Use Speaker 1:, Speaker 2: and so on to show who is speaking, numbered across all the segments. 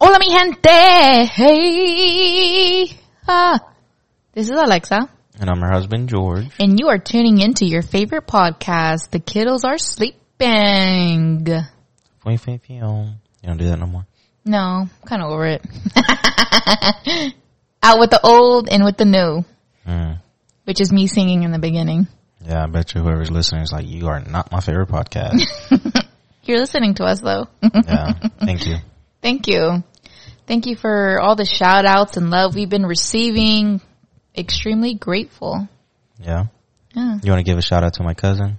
Speaker 1: Hola mi gente. Hey. Ah. This is Alexa
Speaker 2: And I'm her husband, George.
Speaker 1: and you are tuning into your favorite podcast. The kiddos are sleeping.
Speaker 2: Fui, fui, fui, oh. You don't do that no more.
Speaker 1: No, I'm kind of over it. Out with the old and with the new,
Speaker 2: Mm.
Speaker 1: which is me singing in the beginning.
Speaker 2: Yeah, I bet you whoever's listening is like, you are not my favorite podcast.
Speaker 1: You're listening to us though.
Speaker 2: yeah, thank you.
Speaker 1: Thank you. Thank you for all the shout outs and love we've been receiving. Extremely grateful.
Speaker 2: Yeah.
Speaker 1: Yeah.
Speaker 2: You want to give a shout out to my cousin?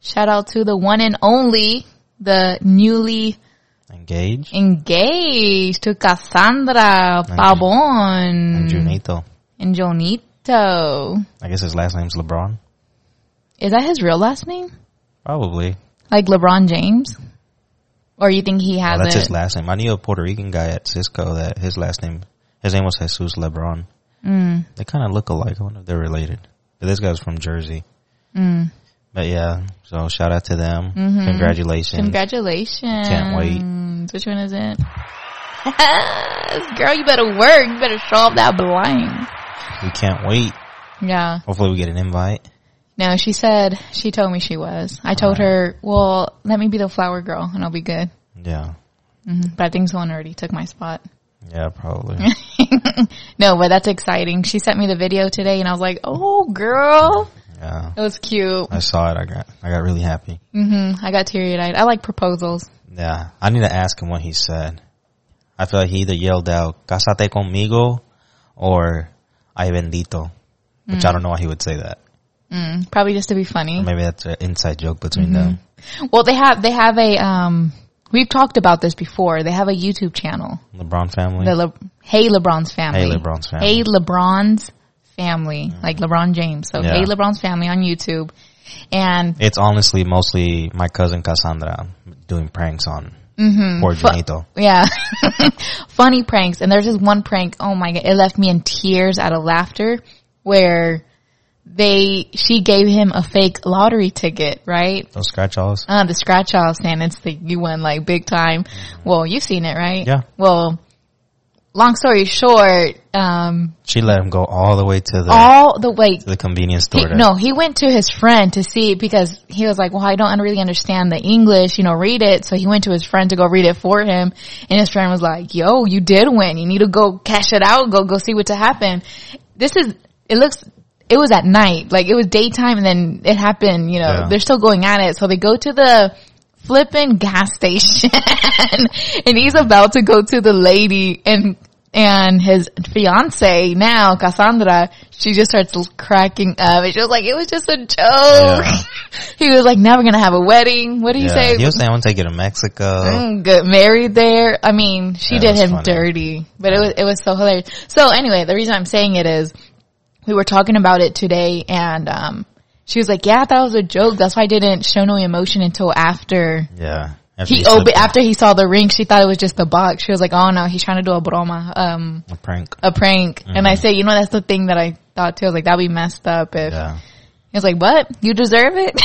Speaker 1: Shout out to the one and only, the newly
Speaker 2: Engage.
Speaker 1: engaged to Cassandra Pavon
Speaker 2: And Junito.
Speaker 1: and Jonito.
Speaker 2: I guess his last name's LeBron.
Speaker 1: Is that his real last name?
Speaker 2: Probably.
Speaker 1: Like LeBron James? Or you think he
Speaker 2: Well,
Speaker 1: has
Speaker 2: Oh, that's
Speaker 1: it?
Speaker 2: his last name. I knew a Puerto Rican guy at Cisco that his last name, his name was Jesus LeBron. Mm. They kind of look alike. I wonder if they're related. But this guy's from Jersey. Mm. Mm-hmm. But yeah, so shout out to them. Congratulations.
Speaker 1: Congratulations.
Speaker 2: Can't wait.
Speaker 1: Which one is it? Girl, you better work. You better show off that blind.
Speaker 2: we can't wait.
Speaker 1: Yeah.
Speaker 2: Hopefully we get an invite.
Speaker 1: No, she said, she told me she was. I told her, well, let me be the flower girl and I'll be good.
Speaker 2: Yeah.
Speaker 1: Mhm. But I think someone already took my spot.
Speaker 2: Yeah, probably.
Speaker 1: No, but that's exciting. She sent me the video today and I was like, oh girl,
Speaker 2: yeah.
Speaker 1: it was cute.
Speaker 2: I saw it. I got, I got really happy.
Speaker 1: Mm, I got teary eyed. I like proposals.
Speaker 2: Yeah. I need to ask him what he said. I feel like he either yelled out, Casate conmigo or Ay bendito, which
Speaker 1: Mm.
Speaker 2: I don't know why he would say that.
Speaker 1: Probably just to be funny.
Speaker 2: Maybe that's an inside joke between them.
Speaker 1: Well, they have, they have a, um, we've talked about this before. They have a YouTube channel.
Speaker 2: LeBron family.
Speaker 1: The Le- Hey LeBron's family.
Speaker 2: Hmm. Hey, LeBron's family.
Speaker 1: Hey LeBron's family. Like LeBron James. So
Speaker 2: Yeah.
Speaker 1: Hey LeBron's family on YouTube. And
Speaker 2: it's honestly mostly my cousin Cassandra doing pranks on
Speaker 1: Mm-hmm.
Speaker 2: poor Junito.
Speaker 1: yeah, funny pranks. And there's this one prank. Oh my god, it left me in tears out of laughter where they, she gave him a fake lottery ticket, right?
Speaker 2: Those scratch offs.
Speaker 1: Uh, the scratch off stand. It's the, you won like big time. Well, you've seen it, right?
Speaker 2: Yeah.
Speaker 1: Well, long story short, um,
Speaker 2: She let him go all the way to the,
Speaker 1: all the way
Speaker 2: to the convenience
Speaker 1: he,
Speaker 2: store. to-
Speaker 1: no, he went to his friend to see because he was like, "Well, I don't really understand the English, you know, read it." So he went to his friend to go read it for him, and his friend was like, "Yo, you did win. You need to go cash it out. Go, go see what to happen." This is. It looks. It was at night, like it was daytime, and then it happened. You know,
Speaker 2: Yeah.
Speaker 1: they're still going at it. So they go to the flipping gas station, and he's about to go to the lady and. And his fiance now, Cassandra, she just starts l- cracking up. And she was like, it was just a joke.
Speaker 2: Yeah.
Speaker 1: he was like, now we're going to have a wedding. What do you
Speaker 2: Yeah,
Speaker 1: say?
Speaker 2: He was saying, I want to take you to Mexico.
Speaker 1: Mm, Get married there. I mean, she
Speaker 2: Yeah,
Speaker 1: did
Speaker 2: that's
Speaker 1: him
Speaker 2: funny.
Speaker 1: dirty, but it was, it was so hilarious. So anyway, the reason I'm saying it is we were talking about it today and, um, she was like, yeah, I thought it was a joke. That's why I didn't show no emotion until after
Speaker 2: Yeah. After
Speaker 1: he
Speaker 2: slipped
Speaker 1: opened, after he saw the ring, she thought it was just a box. She was like, oh no, he's trying to do a broma. Um,
Speaker 2: a prank.
Speaker 1: a prank. And
Speaker 2: Mm-hmm.
Speaker 1: I said, you know, that's the thing that I thought too. I was like, that'd be messed up if
Speaker 2: Yeah.
Speaker 1: he was like, what? You deserve it.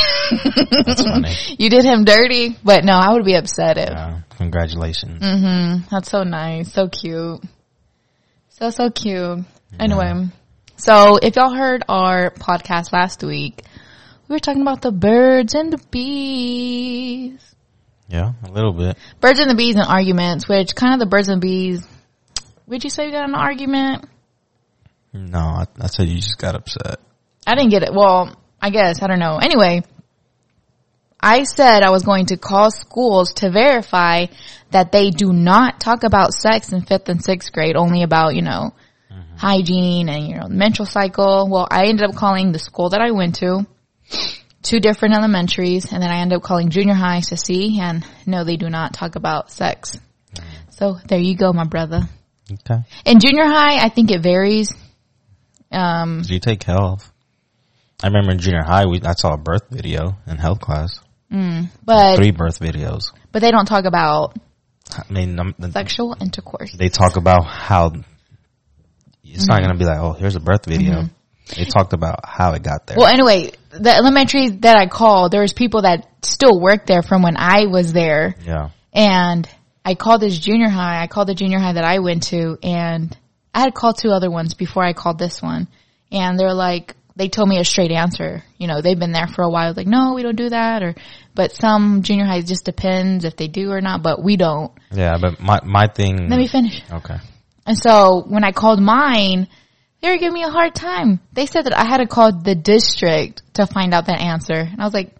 Speaker 2: That's funny.
Speaker 1: you did him dirty. But no, I would be upset if
Speaker 2: Yeah. Congratulations.
Speaker 1: Mm. that's so nice. So cute. So, so cute. Anyway. So if y'all heard our podcast last week, we were talking about the birds and the bees.
Speaker 2: Yeah. A little bit.
Speaker 1: Birds and the bees and arguments, which kind of the birds and bees, would you say you got in an argument?
Speaker 2: No, I, I said you just got upset.
Speaker 1: I didn't get it. Well, I guess I don't know. Anyway, I said I was going to call schools to verify that they do not talk about sex in fifth and sixth grade, only about you know hygiene and you know the menstrual cycle. Well, I ended up calling the school that I went to, two different elementaries, and then I ended up calling junior highs to see, and no, they do not talk about sex. So there you go, my brother.
Speaker 2: Okay.
Speaker 1: In junior high, I think it varies. Um,
Speaker 2: Did you take health? I remember in junior high, we I saw a birth video in health class.
Speaker 1: but
Speaker 2: Three birth videos.
Speaker 1: but they don't talk about
Speaker 2: I mean, um,
Speaker 1: sexual intercourse.
Speaker 2: they talk about how it's
Speaker 1: Mm-hmm.
Speaker 2: not going to be like, oh, here's a birth video. They talked about how it got there.
Speaker 1: Well, anyway, the elementary that I called, there was people that still work there from when I was there,
Speaker 2: yeah.
Speaker 1: and I I called this junior high. I called the junior high that I went to and I had called two other ones before I called this one. And they're like, they told me a straight answer. You know, they've been there for a while. Like, no, we don't do that. Or, but some junior highs just depends if they do or not, but we don't.
Speaker 2: Yeah, but my my thing.
Speaker 1: Let me finish.
Speaker 2: okay.
Speaker 1: And so when I called mine, they were giving me a hard time. They said that I had to call the district to find out that answer. And I was like,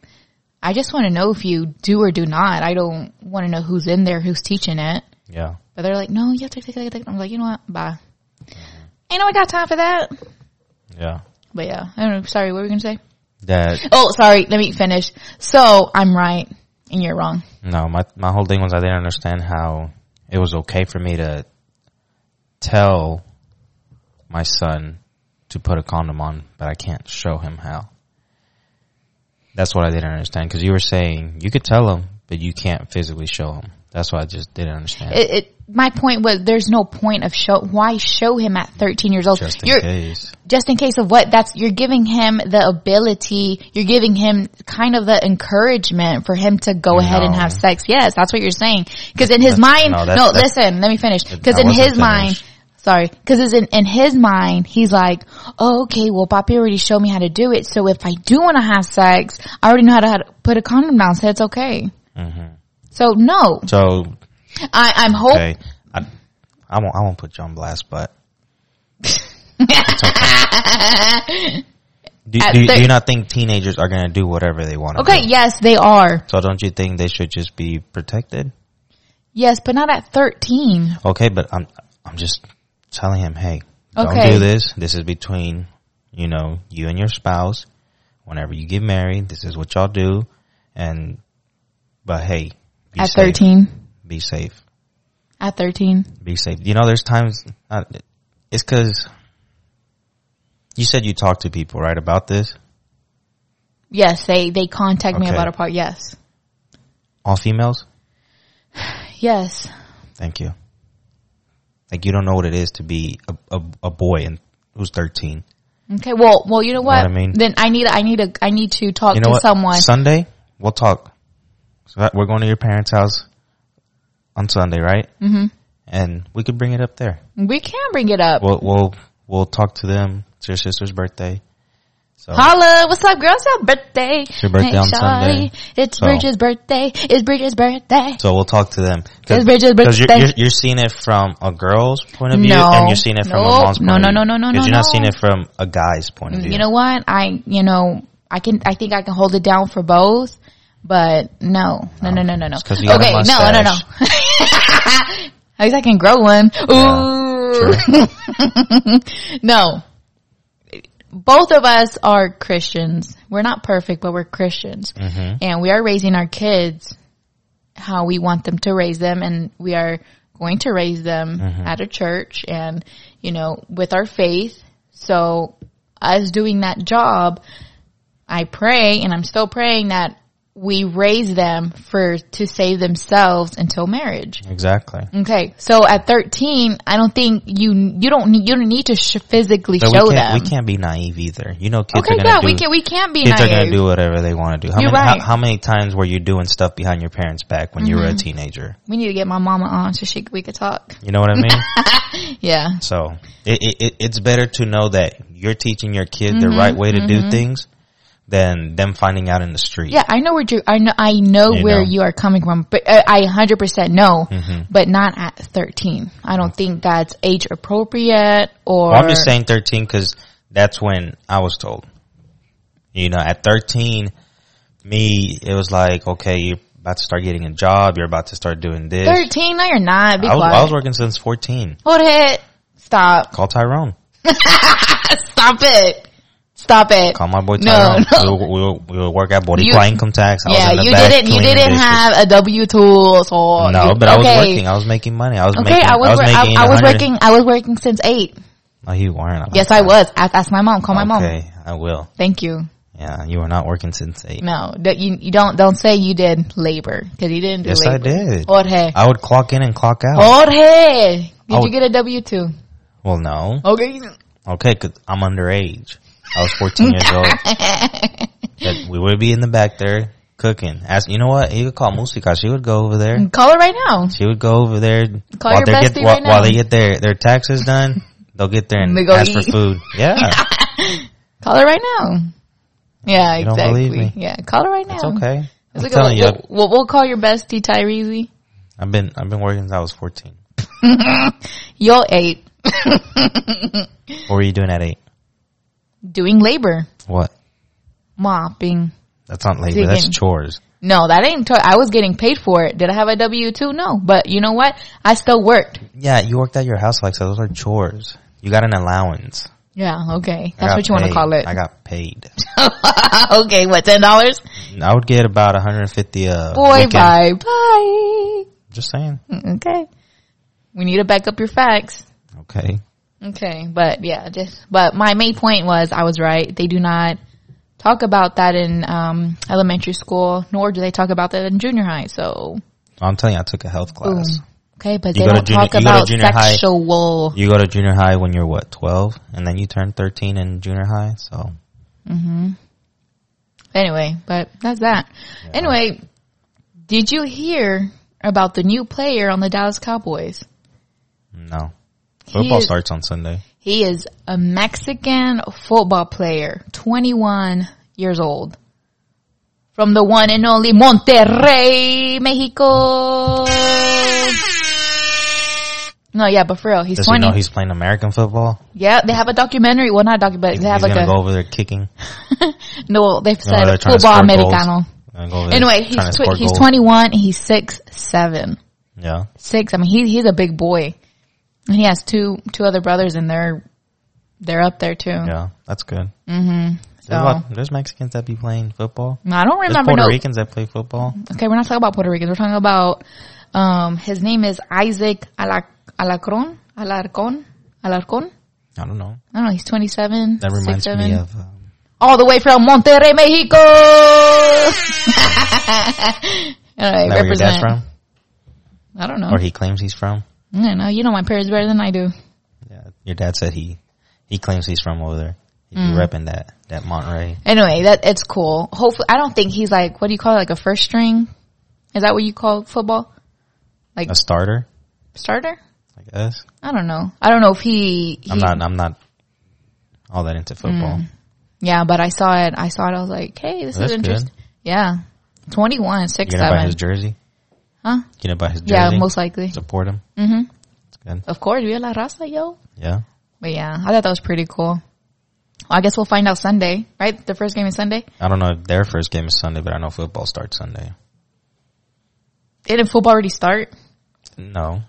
Speaker 1: I just want to know if you do or do not. I don't want to know who's in there, who's teaching it.
Speaker 2: Yeah.
Speaker 1: But they're like, no, you have to take it. I'm like, you know what? Bye. Ain't no, I got time for that.
Speaker 2: Yeah.
Speaker 1: But yeah, I don't know. Sorry, what were we going to say?
Speaker 2: That
Speaker 1: Oh, sorry. Let me finish. So I'm right and you're wrong.
Speaker 2: no, my my whole thing was I didn't understand how it was okay for me to tell my son to put a condom on, but I can't show him how. That's what I didn't understand because you were saying you could tell him, but you can't physically show him. That's what I just didn't understand.
Speaker 1: It, it, my point was there's no point of show. Why show him at 13 years old?
Speaker 2: just in
Speaker 1: You're-
Speaker 2: case.
Speaker 1: just in case of what that's you're giving him the ability you're giving him kind of the encouragement for him to go ahead and
Speaker 2: No.
Speaker 1: have sex yes that's what you're saying because in his
Speaker 2: That's-
Speaker 1: mind
Speaker 2: no,
Speaker 1: no,
Speaker 2: that's- that's-
Speaker 1: listen let me finish because
Speaker 2: I
Speaker 1: in
Speaker 2: wasn't
Speaker 1: his mind
Speaker 2: finished.
Speaker 1: sorry because in, in his mind he's like oh, okay well Papi already showed me how to do it so if i do want to have sex i already know how to, how to put a condom down so it's okay
Speaker 2: Mm-hmm.
Speaker 1: so no
Speaker 2: So
Speaker 1: I, i'm hope
Speaker 2: okay, I, I won't I won't put you on blast, but do,
Speaker 1: At
Speaker 2: do, do
Speaker 1: thir-
Speaker 2: you not think teenagers are going to do whatever they want
Speaker 1: Uh,
Speaker 2: to
Speaker 1: okay yes they are
Speaker 2: So don't you think they should just be protected?
Speaker 1: yes but not at 13
Speaker 2: Okay, but I'm I'm just telling him, hey, don't
Speaker 1: Okay.
Speaker 2: do this. This is between you know you and your spouse. Whenever you get married, this is what y'all do. And but hey, be
Speaker 1: at
Speaker 2: safe.
Speaker 1: 13
Speaker 2: be safe,
Speaker 1: at 13
Speaker 2: be safe. You know, there's times uh, it's because you said you talked to people right about this.
Speaker 1: Yes, they they contact me
Speaker 2: Okay.
Speaker 1: about a part. Yes,
Speaker 2: All females.
Speaker 1: yes,
Speaker 2: Thank you. Like you don't know what it is to be a a, a boy and who's thirteen.
Speaker 1: okay. Well, well, you know what?
Speaker 2: what I mean?
Speaker 1: Then I need I need a I need to talk
Speaker 2: you know
Speaker 1: to
Speaker 2: what?
Speaker 1: someone.
Speaker 2: Sunday, we'll talk. So that- we're going to your parents' house on Sunday, right? Mm-hmm. And we could bring it up there.
Speaker 1: we can bring it up.
Speaker 2: We'll we'll we'll talk to them. It's your sister's birthday. So
Speaker 1: Holla, what's up, girl? It's your birthday.
Speaker 2: your birthday on
Speaker 1: Shawty.
Speaker 2: Sunday. Oh.
Speaker 1: It's
Speaker 2: So-
Speaker 1: Bridget's birthday. It's Bridget's birthday.
Speaker 2: so we'll talk to them
Speaker 1: It's Bridget's
Speaker 2: you're,
Speaker 1: birthday.
Speaker 2: you're you're seeing it from a girl's point of view,
Speaker 1: No.
Speaker 2: and you're seeing it from
Speaker 1: Nope.
Speaker 2: a mom's point
Speaker 1: No,
Speaker 2: of
Speaker 1: no,
Speaker 2: view.
Speaker 1: no, no, no,
Speaker 2: 'Cause
Speaker 1: no,
Speaker 2: You're
Speaker 1: no.
Speaker 2: not
Speaker 1: Mm,
Speaker 2: seeing it from a guy's point of view.
Speaker 1: You know what? I you know I can I think I can hold it down for both. But no, no, no, no, no, no.
Speaker 2: Oh. It's 'cause you got a
Speaker 1: Okay, no, no, no. At least I can grow one. Ooh.
Speaker 2: Sure.
Speaker 1: No. Both of us are Christians. We're not perfect, but we're Christians. And we are raising our kids how we want them to raise them and we are going to raise them at a church and, you know, with our faith. So us doing that job, I pray and I'm still praying that we raise them for to save themselves until marriage.
Speaker 2: exactly.
Speaker 1: Okay, so at thirteen, I don't think you you don't need- you don't need to sh- physically
Speaker 2: But
Speaker 1: show
Speaker 2: we
Speaker 1: them.
Speaker 2: can't, we can't be naive either. You know, kids
Speaker 1: okay,
Speaker 2: are going to
Speaker 1: yeah,
Speaker 2: do
Speaker 1: we can we can't be
Speaker 2: kids are
Speaker 1: naive.
Speaker 2: gonna do whatever they want to do. How
Speaker 1: You're
Speaker 2: many
Speaker 1: right.
Speaker 2: how, how many times were you doing stuff behind your parents' back when you were a
Speaker 1: Mm-hmm.
Speaker 2: teenager?
Speaker 1: we need to get my mama on so she we could talk.
Speaker 2: You know what I mean?
Speaker 1: Yeah,
Speaker 2: so it, it, it it's better to know that you're teaching your kid the right
Speaker 1: Mm-hmm.
Speaker 2: way to do things than them finding out in the street.
Speaker 1: yeah, I know where you I know I know
Speaker 2: You
Speaker 1: where
Speaker 2: know. Mm-hmm.
Speaker 1: you are coming from, but uh, I hundred percent know, but not at thirteen. I don't think that's age appropriate or.
Speaker 2: Well, I'm just saying 13 because that's when I was told. You know, at 13, me it was like okay, you're about to start getting a job, you're about to start doing this.
Speaker 1: Thirteen? No, you're not. Be
Speaker 2: I was,
Speaker 1: quiet.
Speaker 2: I was working since 14.
Speaker 1: Hold it. Stop.
Speaker 2: Call Tyrone.
Speaker 1: Stop it. Stop it.
Speaker 2: Call my boy
Speaker 1: No,
Speaker 2: Tyrone.
Speaker 1: no.
Speaker 2: We'll, we'll, we'll work at Boricua
Speaker 1: You-
Speaker 2: Income Tax. I
Speaker 1: yeah,
Speaker 2: was in the
Speaker 1: you
Speaker 2: back
Speaker 1: didn't. You
Speaker 2: cleaning
Speaker 1: didn't
Speaker 2: dishes.
Speaker 1: have a W two, so
Speaker 2: No,
Speaker 1: you-
Speaker 2: but I was
Speaker 1: okay.
Speaker 2: working. I was making money. I was
Speaker 1: Okay,
Speaker 2: making.
Speaker 1: I was. wor- I,
Speaker 2: making.
Speaker 1: I was
Speaker 2: 100
Speaker 1: working. I was working since eight.
Speaker 2: No, you weren't. like
Speaker 1: Yes, I
Speaker 2: that.
Speaker 1: was. Ask, ask my mom. Call my mom.
Speaker 2: Okay, I will.
Speaker 1: Thank you.
Speaker 2: Yeah, you were not working since eight.
Speaker 1: No, that you you don't don't say you did labor because you didn't do
Speaker 2: yes, I
Speaker 1: labor.
Speaker 2: did.
Speaker 1: Jorge,
Speaker 2: I would clock in and clock out.
Speaker 1: Oh. Jorge, did
Speaker 2: Oh.
Speaker 1: you get a W two?
Speaker 2: Well, no.
Speaker 1: Okay,
Speaker 2: Okay, because I'm underage. I was 14 years old. But we would be in the back there cooking. Ask you know what? You could call Musika. She would go over there.
Speaker 1: Call it right now.
Speaker 2: She would go over there
Speaker 1: Call your
Speaker 2: they
Speaker 1: bestie
Speaker 2: get while,
Speaker 1: right now.
Speaker 2: while they get their their taxes done. They'll get there and
Speaker 1: They go
Speaker 2: ask for
Speaker 1: eat.
Speaker 2: food. Yeah,
Speaker 1: Call it right now. Yeah,
Speaker 2: You don't
Speaker 1: exactly.
Speaker 2: believe me.
Speaker 1: Yeah, call it right now.
Speaker 2: it's okay.
Speaker 1: It's
Speaker 2: I'm
Speaker 1: okay.
Speaker 2: telling you,
Speaker 1: We'll, we'll, we'll call your bestie Tyrese.
Speaker 2: I've been I've been working since I was fourteen.
Speaker 1: Y'all eight
Speaker 2: What were you doing at eight?
Speaker 1: doing labor,
Speaker 2: What?
Speaker 1: mopping.
Speaker 2: That's not labor. That's
Speaker 1: Digging.
Speaker 2: chores.
Speaker 1: No, that ain't. To- I was getting paid for it. Did I have a W two? No, but you know what? I still worked.
Speaker 2: Yeah, you worked at your house like so. Those are chores. You got an allowance.
Speaker 1: Yeah, okay.
Speaker 2: I
Speaker 1: That's
Speaker 2: got
Speaker 1: what you want to
Speaker 2: paid.
Speaker 1: call it. Ah,
Speaker 2: I got paid.
Speaker 1: okay, what ten dollars?
Speaker 2: I would get about 150 uh
Speaker 1: Boy,
Speaker 2: weekend.
Speaker 1: bye, bye.
Speaker 2: Just saying.
Speaker 1: Okay, we need to back up your facts.
Speaker 2: Okay.
Speaker 1: Okay, but yeah, just but my main point was I was right. They do not talk about that in um, elementary school, nor do they talk about that in junior high. So,
Speaker 2: I'm telling you, I took a health
Speaker 1: boom.
Speaker 2: class.
Speaker 1: Okay, but
Speaker 2: You
Speaker 1: they
Speaker 2: go to
Speaker 1: don't
Speaker 2: junior-
Speaker 1: talk
Speaker 2: you go to
Speaker 1: about
Speaker 2: junior high.
Speaker 1: sexual.
Speaker 2: You go to junior high when you're what, 12? And then you turn 13 in junior high. So
Speaker 1: Anyway, but that's that. Anyway, did you hear about the new player on the Dallas Cowboys?
Speaker 2: no. Football
Speaker 1: He-
Speaker 2: starts on Sunday.
Speaker 1: He is a Mexican football player, 21 years old. From the one and only Monterrey, Mexico. No, yeah, but for real, he's
Speaker 2: Does he
Speaker 1: 20.
Speaker 2: know he's playing American football?
Speaker 1: yeah, they have a documentary. Well, not documentary. They
Speaker 2: he's
Speaker 1: have like
Speaker 2: gonna
Speaker 1: a,
Speaker 2: go over there kicking.
Speaker 1: no, they've
Speaker 2: You know, they're
Speaker 1: said
Speaker 2: trying to
Speaker 1: football
Speaker 2: score goals.
Speaker 1: americano.
Speaker 2: Gonna go over there
Speaker 1: Anyway,
Speaker 2: trying
Speaker 1: he's
Speaker 2: to
Speaker 1: tw-
Speaker 2: score
Speaker 1: he's
Speaker 2: goals.
Speaker 1: 21. He's six seven.
Speaker 2: Yeah.
Speaker 1: six. I mean, he he's a big boy, and he has two two other brothers, and they're they're up there too.
Speaker 2: Yeah. That's good.
Speaker 1: Mm-hmm. so
Speaker 2: There's, a lot- there's Mexicans that be playing football.
Speaker 1: I don't
Speaker 2: There's
Speaker 1: remember.
Speaker 2: Puerto
Speaker 1: No,
Speaker 2: Ricans that play football.
Speaker 1: okay, we're not talking about Puerto Ricans. We're talking about um his name is Isaac Alac- Alacron Alarcon Alarcon.
Speaker 2: I don't know.
Speaker 1: I don't know. He's twenty seven.
Speaker 2: That reminds me of um,
Speaker 1: all the way from Monterrey, Mexico. all right,
Speaker 2: Is that where your dad's
Speaker 1: represent.
Speaker 2: from?
Speaker 1: I don't know.
Speaker 2: Or he claims he's from?
Speaker 1: No, no, you know my parents better than I do.
Speaker 2: Yeah. Your dad said he he claims he's from over there. He be
Speaker 1: Mm.
Speaker 2: repping that that Monterey.
Speaker 1: Anyway, that it's cool. Hopefully, I don't think he's like what do you call it, like a first string? Is that what you call football
Speaker 2: A starter,
Speaker 1: starter?
Speaker 2: I guess.
Speaker 1: I don't know. I don't know if he. he Mm.
Speaker 2: I'm not I'm not all that into football.
Speaker 1: Yeah, but I saw it. I saw it. I was like, hey, this
Speaker 2: That's
Speaker 1: is
Speaker 2: good.
Speaker 1: interesting. Yeah, twenty one six
Speaker 2: You gonna buy
Speaker 1: seven.
Speaker 2: his jersey?
Speaker 1: Huh?
Speaker 2: You gonna buy his jersey?
Speaker 1: Yeah, most likely.
Speaker 2: support him.
Speaker 1: Mhm.
Speaker 2: It's good.
Speaker 1: Of course, we la raza, yo.
Speaker 2: Yeah.
Speaker 1: But yeah, I thought that was pretty cool. Well, I guess we'll find out Sunday, right? The first game is Sunday.
Speaker 2: I don't know if their first game is Sunday, but I know football starts Sunday.
Speaker 1: Didn't football already start?
Speaker 2: No.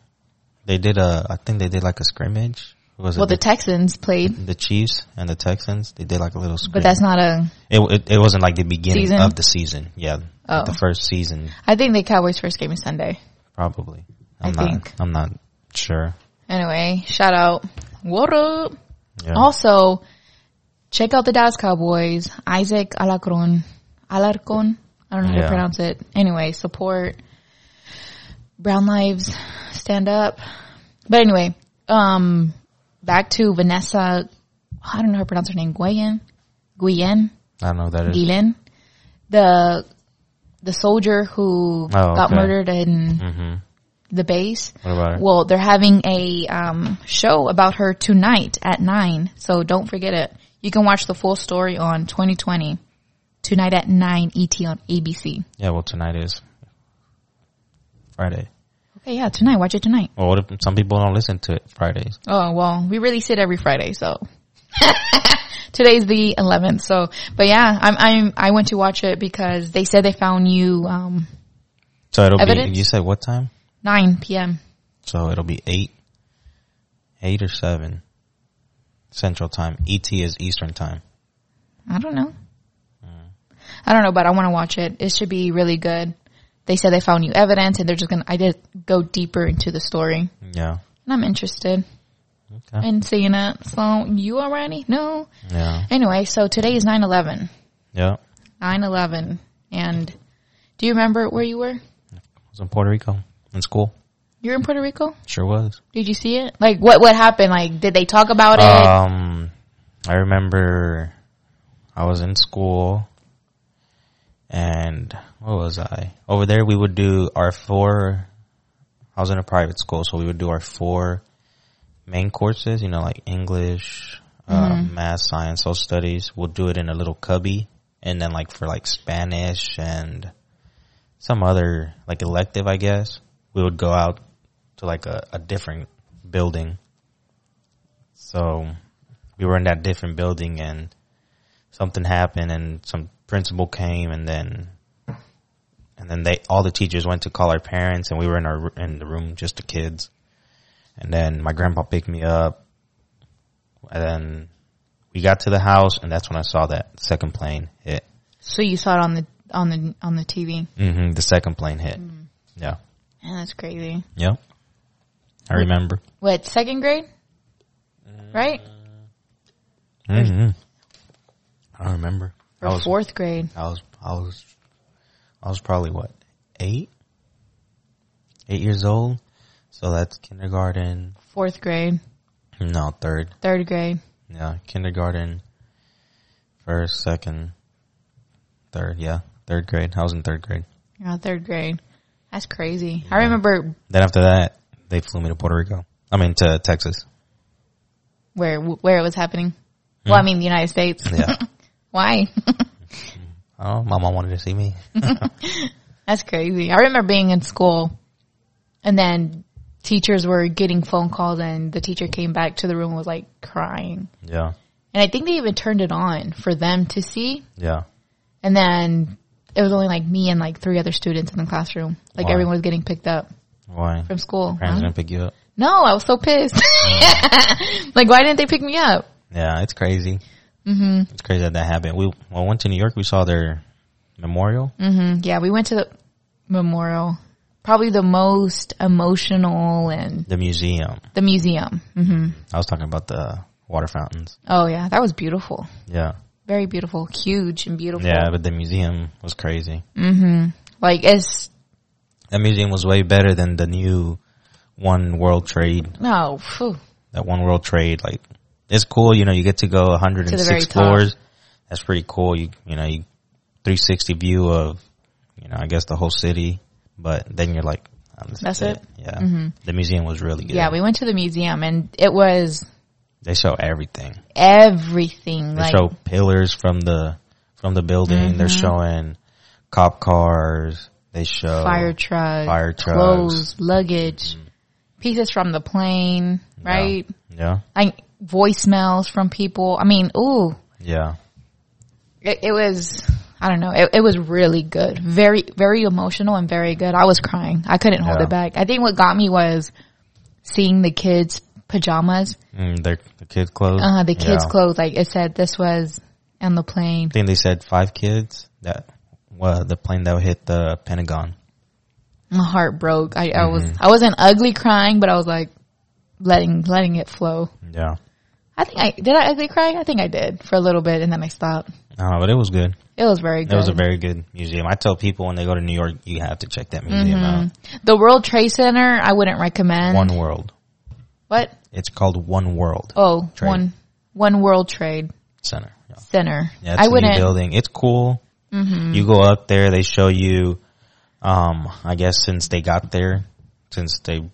Speaker 2: They did a I think they did like a scrimmage. Who Was
Speaker 1: Well, the
Speaker 2: it
Speaker 1: Texans played,
Speaker 2: the, the Chiefs and the Texans? They did like a little
Speaker 1: but
Speaker 2: scrimmage.
Speaker 1: that's not a.
Speaker 2: it, it, it wasn't like the beginning
Speaker 1: Season?
Speaker 2: of the season. Yeah.
Speaker 1: Oh.
Speaker 2: The first season
Speaker 1: I think the Cowboys' first game is Sunday.
Speaker 2: Probably.
Speaker 1: I
Speaker 2: I'm not,
Speaker 1: think.
Speaker 2: I'm not sure.
Speaker 1: Anyway, shout out. What up?
Speaker 2: Yeah.
Speaker 1: Also, check out the Dallas Cowboys. Isaac Alacron. Alarcon. I don't know how
Speaker 2: Yeah.
Speaker 1: to pronounce it. Anyway, support. Brown Lives. Stand up. But anyway, um, back to Vanessa. I don't know how to pronounce her name. Guyen? Guyen?
Speaker 2: I don't know what that is.
Speaker 1: Guillen? The, the soldier who got
Speaker 2: Oh, okay.
Speaker 1: murdered in
Speaker 2: hmm
Speaker 1: the base.
Speaker 2: What about her?
Speaker 1: Well, they're having a um, show about her tonight at nine, so don't forget it. You can watch the full story on 2020 tonight at nine ET on ABC.
Speaker 2: yeah, well, tonight is Friday.
Speaker 1: Okay, yeah, tonight. Watch it tonight.
Speaker 2: Well, what if some people don't listen to it Fridays?
Speaker 1: Oh well, we release it every Friday, so today's the 11th. So, but yeah, I'm I'm I went to watch it because they said they found you um,
Speaker 2: So it'll
Speaker 1: Evidence?
Speaker 2: be, you said what time?
Speaker 1: 9 p.m.
Speaker 2: So it'll be 8, 8 or 7 Central Time. ET is Eastern Time.
Speaker 1: I don't know.
Speaker 2: Mm.
Speaker 1: I don't know, but I want to watch it. It should be really good. They said they found new evidence, and they're just gonna. I did go deeper into the story, and
Speaker 2: Yeah.
Speaker 1: I'm interested
Speaker 2: Okay.
Speaker 1: in seeing it. So you already know.
Speaker 2: Yeah.
Speaker 1: Anyway, so today is 9-11.
Speaker 2: Yeah.
Speaker 1: 9-11. and do you remember where you were?
Speaker 2: I was in Puerto Rico in school.
Speaker 1: You're in Puerto Rico.
Speaker 2: Sure was.
Speaker 1: Did you see it? Like what? What happened? Like did they talk about it?
Speaker 2: Uh. Um, I remember I was in school and what was I over there? We would do our four. I was in a private school, so we would do our four main courses. You know, like English,
Speaker 1: Mm-hmm.
Speaker 2: uh, math, science, social studies. We'll do it in a little cubby, and then like for like Spanish and some other like elective, I guess we would go out to like a, a different building. So we were in that different building and something happened and some principal came and then and then they all the teachers went to call our parents and we were in our in the room just the kids and then my grandpa picked me up and then we got to the house and that's when I saw that second plane hit
Speaker 1: So you saw it on the on the on the TV.
Speaker 2: hmm the second plane hit yeah
Speaker 1: Man, that's crazy.
Speaker 2: yeah I remember
Speaker 1: What second grade?
Speaker 2: Mm.
Speaker 1: Right
Speaker 2: hmm Mm-hmm. I remember
Speaker 1: or
Speaker 2: I was
Speaker 1: fourth grade?
Speaker 2: I was I was I was probably what eight eight years old. So that's kindergarten.
Speaker 1: Fourth grade,
Speaker 2: No, third.
Speaker 1: third grade.
Speaker 2: Yeah, kindergarten. First, second, third. Yeah, third grade. I was in third grade.
Speaker 1: Yeah, third grade. That's crazy. I remember
Speaker 2: Then after that, they flew me to Puerto Rico. I mean to Texas.
Speaker 1: where where it was happening. Well, I mean the United States.
Speaker 2: Hmm. Yeah.
Speaker 1: Why?
Speaker 2: oh, my mom wanted to see me.
Speaker 1: That's crazy. I remember being in school and then teachers were getting phone calls and the teacher came back to the room and was like crying.
Speaker 2: Yeah,
Speaker 1: And I think they even turned it on for them to see.
Speaker 2: yeah.
Speaker 1: And then it was only like me and like three other students in the classroom. Like
Speaker 2: Wow.
Speaker 1: everyone was getting picked up
Speaker 2: Why?
Speaker 1: from school.
Speaker 2: Parents didn't pick you up.
Speaker 1: No, I was so pissed. like why didn't they pick me up?
Speaker 2: Yeah, it's crazy. Mm-hmm. It's crazy that that happened. We when we went to New York, we saw their memorial.
Speaker 1: Mm, Yeah, we went to the memorial. Probably the most emotional and
Speaker 2: the museum.
Speaker 1: the museum. hmm
Speaker 2: I was talking about the water fountains.
Speaker 1: Oh yeah, that was beautiful.
Speaker 2: Yeah.
Speaker 1: Very beautiful, huge and beautiful.
Speaker 2: Yeah, but the museum was crazy.
Speaker 1: Like it's
Speaker 2: That museum was way better than the new One World Trade.
Speaker 1: no, oh, phew.
Speaker 2: That One World Trade, like, it's cool. You know, you get to go
Speaker 1: To the very
Speaker 2: 106
Speaker 1: top.
Speaker 2: floors. That's pretty cool. You, you know, you 360 view of, you know, I guess the whole city, but then you're like, oh, this is
Speaker 1: That's it? Mm-hmm.
Speaker 2: Yeah. The museum was really good.
Speaker 1: Yeah. we went to the museum and it was
Speaker 2: They show everything.
Speaker 1: everything.
Speaker 2: They
Speaker 1: like Mm-hmm.
Speaker 2: show pillars from the from the building. They're showing cop cars. They show
Speaker 1: fire truck,
Speaker 2: fire trucks.
Speaker 1: clothes, luggage, pieces from the plane,
Speaker 2: Yeah.
Speaker 1: right?
Speaker 2: Yeah,
Speaker 1: Like voicemails from people. I mean, ooh,
Speaker 2: yeah,
Speaker 1: it, it was. I don't know. It, it was really good. Very, very emotional and very good. I was crying. I couldn't hold
Speaker 2: Yeah.
Speaker 1: it back. I think what got me was seeing the kids' pajamas.
Speaker 2: Mm, their the kids' clothes.
Speaker 1: Uh, the kids'
Speaker 2: Yeah.
Speaker 1: clothes. Like it said, this was on the plane.
Speaker 2: I think they said five kids that well, the plane that hit the Pentagon.
Speaker 1: my heart broke. I, I was
Speaker 2: Mm-hmm.
Speaker 1: I wasn't ugly crying, but I was like letting letting it flow.
Speaker 2: Yeah,
Speaker 1: I think I did I ugly cry? I think I did for a little bit and then I stopped.
Speaker 2: uh, but it was good.
Speaker 1: It was very good.
Speaker 2: It was a very good museum. I tell people when they go to New York, you have to check that museum
Speaker 1: Mm-hmm.
Speaker 2: out.
Speaker 1: the World Trade Center, I wouldn't recommend.
Speaker 2: One World.
Speaker 1: what?
Speaker 2: It's called One World
Speaker 1: Oh,
Speaker 2: Trade.
Speaker 1: one- One World Trade
Speaker 2: Center. Yeah.
Speaker 1: Center.
Speaker 2: Yeah, it's
Speaker 1: I
Speaker 2: a new
Speaker 1: wouldn't. Mm-hmm.
Speaker 2: building. It's cool. You go up there, they show you. Um, I guess since they got there, since they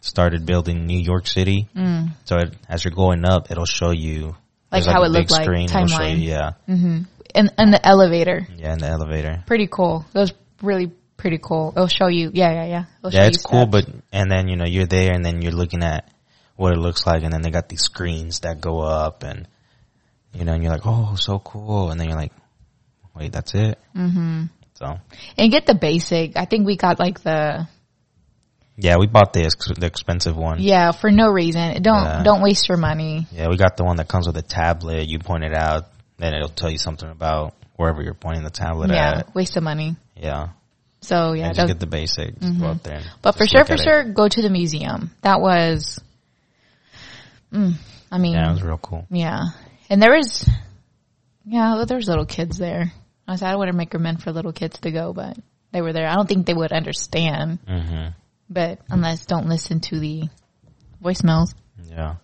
Speaker 2: started building New York City, mm. so it, as you're going up, it'll show you
Speaker 1: Like
Speaker 2: there's
Speaker 1: how
Speaker 2: a
Speaker 1: it looked
Speaker 2: big
Speaker 1: like,
Speaker 2: It'll show you-
Speaker 1: timeline. Mm.
Speaker 2: yeah,
Speaker 1: And and the elevator,
Speaker 2: yeah, in the elevator.
Speaker 1: pretty cool. It was really pretty cool. It'll show you. Yeah, yeah, yeah. It'll show
Speaker 2: Yeah, it's
Speaker 1: you
Speaker 2: cool,
Speaker 1: steps.
Speaker 2: but and then you know you're there, and then you're looking at what it looks like, and then they got these screens that go up, and you know, and you're like, oh, so cool, and then you're like, wait, that's it. Mm-hmm. So
Speaker 1: and get the basic. I think we got like the
Speaker 2: yeah, we bought the ex- the expensive one.
Speaker 1: yeah for no reason. Don't
Speaker 2: Yeah.
Speaker 1: don't waste your money.
Speaker 2: Yeah, we got the one that comes with a tablet. You point it out, then it'll tell you something about wherever you're pointing the tablet
Speaker 1: Yeah,
Speaker 2: at.
Speaker 1: waste of money.
Speaker 2: uh, Yeah.
Speaker 1: So yeah,
Speaker 2: And
Speaker 1: don't-
Speaker 2: just get the basic. Just go up there. and
Speaker 1: But for
Speaker 2: just
Speaker 1: sure,
Speaker 2: look
Speaker 1: for
Speaker 2: at it.
Speaker 1: sure, go to the museum. That was, mm, I mean,
Speaker 2: Yeah, it
Speaker 1: yeah.
Speaker 2: was real cool.
Speaker 1: And there was, yeah, well, there was little kids there. I said I wouldn't recommend for little kids to go, but they were there. I don't think they would understand,
Speaker 2: hmm
Speaker 1: but unless don't listen to the voicemails.
Speaker 2: Yeah.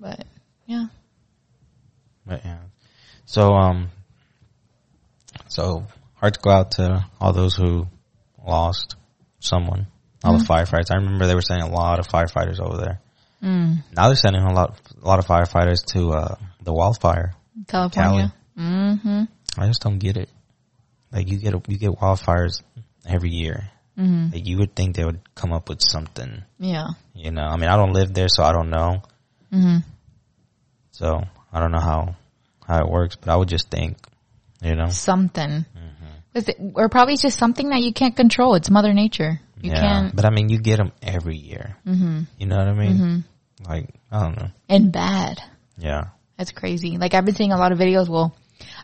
Speaker 1: But yeah,
Speaker 2: But yeah. So, um, So hearts go out to all those who lost someone. All
Speaker 1: Mm-hmm.
Speaker 2: the firefighters. I remember they were sending a lot of firefighters over there. Mm. Now they're sending a lot, a lot of firefighters to uh, the wildfire.
Speaker 1: California. Mm-hmm.
Speaker 2: I just don't get it. Like you get you get wildfires every year. Mm-hmm. Like you would think they would come up with something.
Speaker 1: Yeah.
Speaker 2: You know, I mean, I don't live there, so I don't know.
Speaker 1: Mhm.
Speaker 2: So I don't know how how it works, but I would just think, you know,
Speaker 1: Something. 'Cause it- Or probably it's just something that you can't control. It's Mother Nature. You
Speaker 2: yeah.
Speaker 1: can't.
Speaker 2: But I mean, you get them every year. Mm-hmm. You know what I mean? Like I don't know.
Speaker 1: And bad.
Speaker 2: Yeah.
Speaker 1: That's crazy. Like I've been seeing a lot of videos. Well,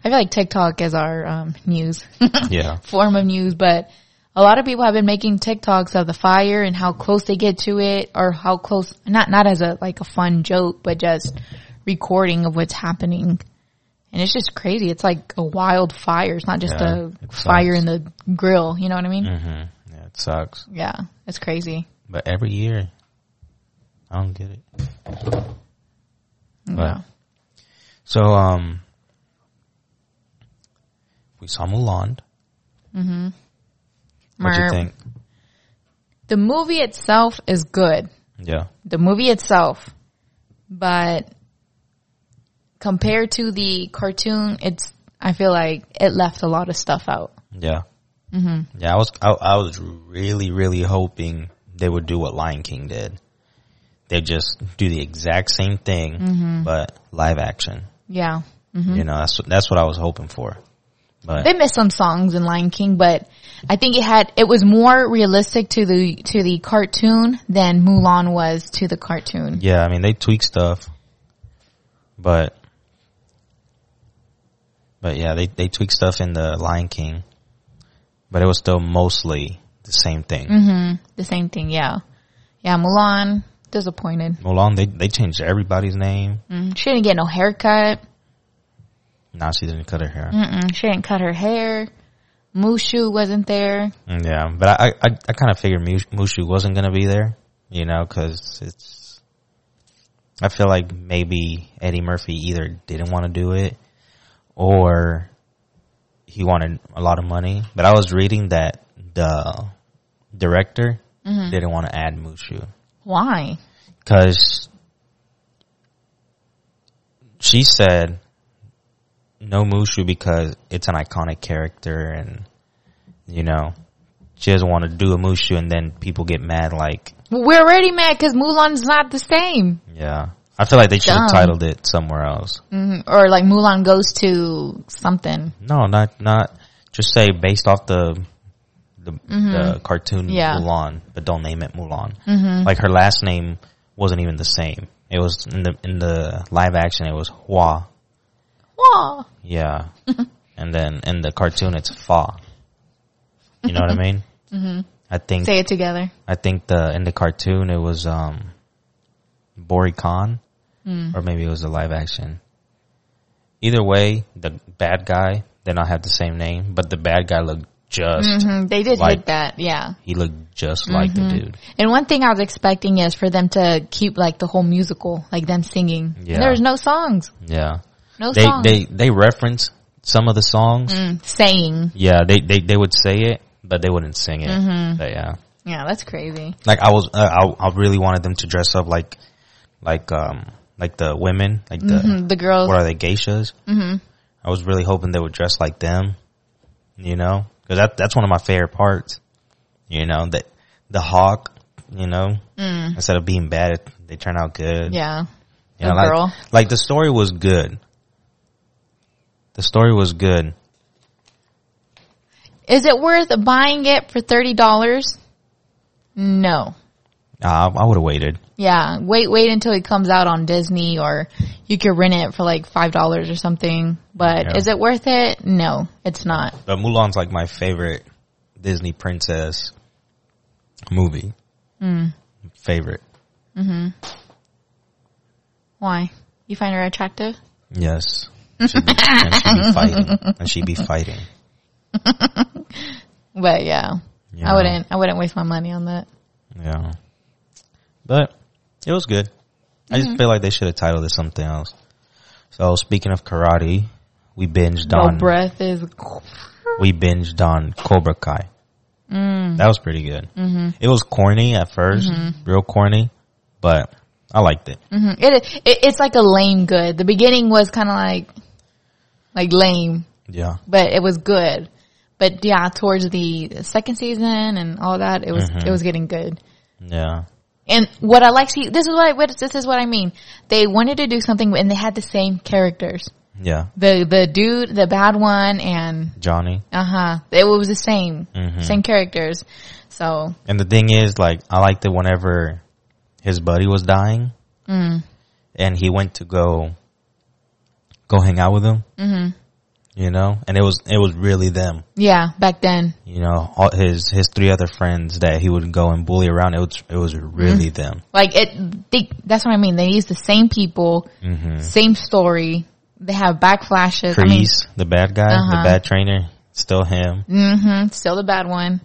Speaker 1: I feel like TikTok is our um, news
Speaker 2: Yeah.
Speaker 1: form of news, but a lot of people have been making TikToks of the fire and how close they get to it, or how close. Not not as a like a fun joke, but just recording of what's happening. And it's just crazy. It's like a wildfire. It's not just
Speaker 2: Yeah,
Speaker 1: a
Speaker 2: it sucks.
Speaker 1: fire in the grill. You know what I mean?
Speaker 2: Mhm. Yeah, it sucks.
Speaker 1: Yeah, it's crazy.
Speaker 2: But every year, I don't get it.
Speaker 1: Yeah.
Speaker 2: So um, we saw Mulan. What do you
Speaker 1: Mer-
Speaker 2: think?
Speaker 1: The movie itself is good.
Speaker 2: Yeah.
Speaker 1: the movie itself, but compared to the cartoon, it's I feel like it left a lot of stuff out.
Speaker 2: Yeah. Mm-hmm. Yeah, I was I, I was really really hoping they would do what Lion King did. They just do the exact same thing, but live action.
Speaker 1: Yeah,
Speaker 2: You know, that's that's what I was hoping for. But
Speaker 1: they missed some songs in Lion King, but I think it had it was more realistic to the to the cartoon than Mulan was to the cartoon.
Speaker 2: yeah, I mean they tweak stuff, but but yeah, they they tweak stuff in the Lion King, but it was still mostly the same thing.
Speaker 1: The same thing, yeah, yeah. Mulan disappointed.
Speaker 2: Mulan they they changed everybody's name.
Speaker 1: Mm, She didn't get no haircut.
Speaker 2: Now she didn't cut her hair.
Speaker 1: Mm-mm, Mm-hmm. she didn't cut her hair. Mushu wasn't there.
Speaker 2: Yeah, but I I, I kind of figured Mush- Mushu wasn't gonna be there, you know, because it's. I feel like maybe Eddie Murphy either didn't want to do it, or he wanted a lot of money. But I was reading that the director didn't want to add Mushu
Speaker 1: Why?
Speaker 2: because she said no Mushu because it's an iconic character and you know she doesn't want to do a Mushu and then people get mad like
Speaker 1: We're already mad because Mulan's not the same.
Speaker 2: yeah I feel like they should
Speaker 1: Dumb.
Speaker 2: have titled it somewhere else
Speaker 1: or like Mulan goes to something.
Speaker 2: no not not just say based off the the, the
Speaker 1: Mm-hmm.
Speaker 2: cartoon
Speaker 1: Yeah. Mm-hmm.
Speaker 2: Mulan but don't name it Mulan like her last name wasn't even the same it was in the in the live action it was Hua
Speaker 1: Wah.
Speaker 2: Yeah. and then in the cartoon, it's fa. You know what I mean? Mm-hmm. I think
Speaker 1: Say it together.
Speaker 2: I think the in the cartoon it was um, Bori Khan,
Speaker 1: Mm.
Speaker 2: or maybe it was the live action. Either way, the bad guy did not have the same name, but the bad guy looked just
Speaker 1: hmm They did
Speaker 2: Like-
Speaker 1: like that, yeah.
Speaker 2: he looked just like
Speaker 1: Mm-hmm.
Speaker 2: the dude.
Speaker 1: And one thing I was expecting is for them to keep like the whole musical, like them singing.
Speaker 2: Yeah.
Speaker 1: And there was no songs,
Speaker 2: Yeah,
Speaker 1: no
Speaker 2: they
Speaker 1: songs.
Speaker 2: they they reference some of the songs.
Speaker 1: Mm, saying,
Speaker 2: Yeah, they, they they would say it, but they wouldn't sing it.
Speaker 1: Mm-hmm.
Speaker 2: But yeah.
Speaker 1: yeah, that's crazy.
Speaker 2: like I was, uh, I, I really wanted them to dress up like, like, um, like the women, like the,
Speaker 1: Mm, The girls,
Speaker 2: what are they, geishas? Mm-hmm. I was really hoping they would dress like them, you know, cause that, that's one of my favorite parts, you know, that the hawk, you know, instead of being bad, it, they turn out good.
Speaker 1: Mm. yeah,
Speaker 2: You
Speaker 1: the
Speaker 2: know, like,
Speaker 1: girl.
Speaker 2: like the story was good. The story was good.
Speaker 1: Is it worth buying it for thirty dollars? No.
Speaker 2: Uh, I, I would have waited.
Speaker 1: Yeah, wait, wait until it comes out on Disney, or you could rent it for like five dollars or something. But
Speaker 2: Yeah.
Speaker 1: is it worth it? No, it's not.
Speaker 2: But Mulan's like my favorite Disney princess movie. Mm. Favorite.
Speaker 1: Why? You find her attractive?
Speaker 2: Yes. She'd be, and she'd be fighting. And she'd be fighting.
Speaker 1: But yeah,
Speaker 2: Yeah.
Speaker 1: I wouldn't. I wouldn't waste my money on that.
Speaker 2: Yeah. But it was good. I just feel like they should have titled it something else. So speaking of karate, we binged
Speaker 1: Your
Speaker 2: on
Speaker 1: breath is
Speaker 2: we binged on Cobra Kai. Mm. That was pretty good. Mm-hmm. It was corny at 1st real corny, but I liked it.
Speaker 1: Mhm. It, it it's like a lame good. The beginning was kind of like like lame,
Speaker 2: Yeah.
Speaker 1: but it was good. But yeah, towards the second season and all that, it was it was getting good.
Speaker 2: Yeah.
Speaker 1: And what I like, see, this is what I, what- this is what I mean. They wanted to do something, and they had the same characters.
Speaker 2: Yeah.
Speaker 1: The the dude, the bad one, and
Speaker 2: Johnny.
Speaker 1: uh huh, it was the same,
Speaker 2: Mhm.
Speaker 1: same characters. So
Speaker 2: And the thing is, like, I liked it whenever his buddy was dying,
Speaker 1: Mm.
Speaker 2: and he went to go go hang out with him. Mm-hmm. You know, and it was it was really them.
Speaker 1: yeah, back then,
Speaker 2: You know, all his his three other friends that he would go and bully around. It was it was really
Speaker 1: Mm.
Speaker 2: them.
Speaker 1: like it, they, that's what I mean. They use the same people,
Speaker 2: Mm-hmm.
Speaker 1: same story. They have backflashes. I mean,
Speaker 2: Kreese, the bad guy,
Speaker 1: Uh-huh.
Speaker 2: the bad trainer, still him.
Speaker 1: hmm Still the bad one.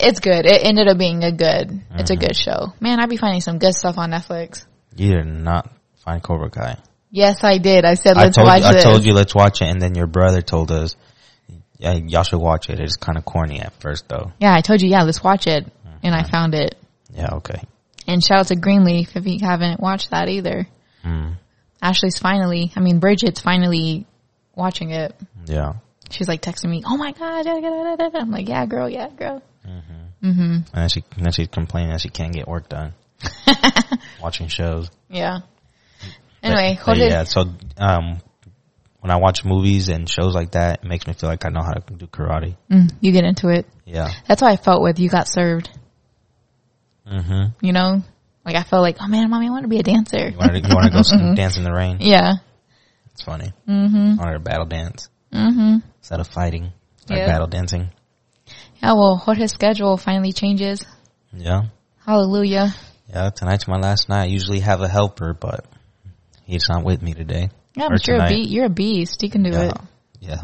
Speaker 1: It's good. It ended up being a good. It's a
Speaker 2: Uh-huh.
Speaker 1: good show. Man, I'd be finding some good stuff on Netflix.
Speaker 2: You did not find Cobra Kai.
Speaker 1: Yes, I did. I said
Speaker 2: I
Speaker 1: let's
Speaker 2: told
Speaker 1: watch
Speaker 2: I
Speaker 1: this.
Speaker 2: told you let's watch it, and then your brother told us, yeah, y'all should watch it. It's kind of corny at first though.
Speaker 1: Yeah, I told you. Yeah, let's watch it.
Speaker 2: Uh-huh.
Speaker 1: And I found it.
Speaker 2: Yeah, okay.
Speaker 1: And shout out to Greenleaf if you haven't watched that either.
Speaker 2: Hmm.
Speaker 1: Ashley's finally. I mean, Bridget's finally watching it.
Speaker 2: Yeah.
Speaker 1: She's like texting me. Oh my god! da, da, da, da, da." I'm like, yeah, girl, yeah, girl.
Speaker 2: And then she and then she's complaining that she can't get work done. watching shows.
Speaker 1: Yeah.
Speaker 2: But-
Speaker 1: Anyway,
Speaker 2: but
Speaker 1: Jorge-
Speaker 2: yeah. So um, when I watch movies and shows like that, it makes me feel like I know how to do karate.
Speaker 1: Mm, you get into it.
Speaker 2: Yeah.
Speaker 1: That's how I felt with you got served.
Speaker 2: Mm-hmm.
Speaker 1: You know, like I felt like, oh man, mommy, I want to be a dancer.
Speaker 2: You want to you want to go sn- dance in the rain?
Speaker 1: Yeah.
Speaker 2: It's funny. Mm-hmm. Or battle dance
Speaker 1: Mm-hmm.
Speaker 2: instead of fighting or
Speaker 1: Yeah.
Speaker 2: battle dancing.
Speaker 1: Yeah, well, Jorge's schedule finally changes.
Speaker 2: Yeah.
Speaker 1: Hallelujah.
Speaker 2: Yeah. Tonight's my last night. I usually have a helper, but he's not with me today.
Speaker 1: Yeah,
Speaker 2: Or
Speaker 1: but you're a,
Speaker 2: tonight.
Speaker 1: be- you're a beast. You can do
Speaker 2: Yeah.
Speaker 1: it.
Speaker 2: Yeah.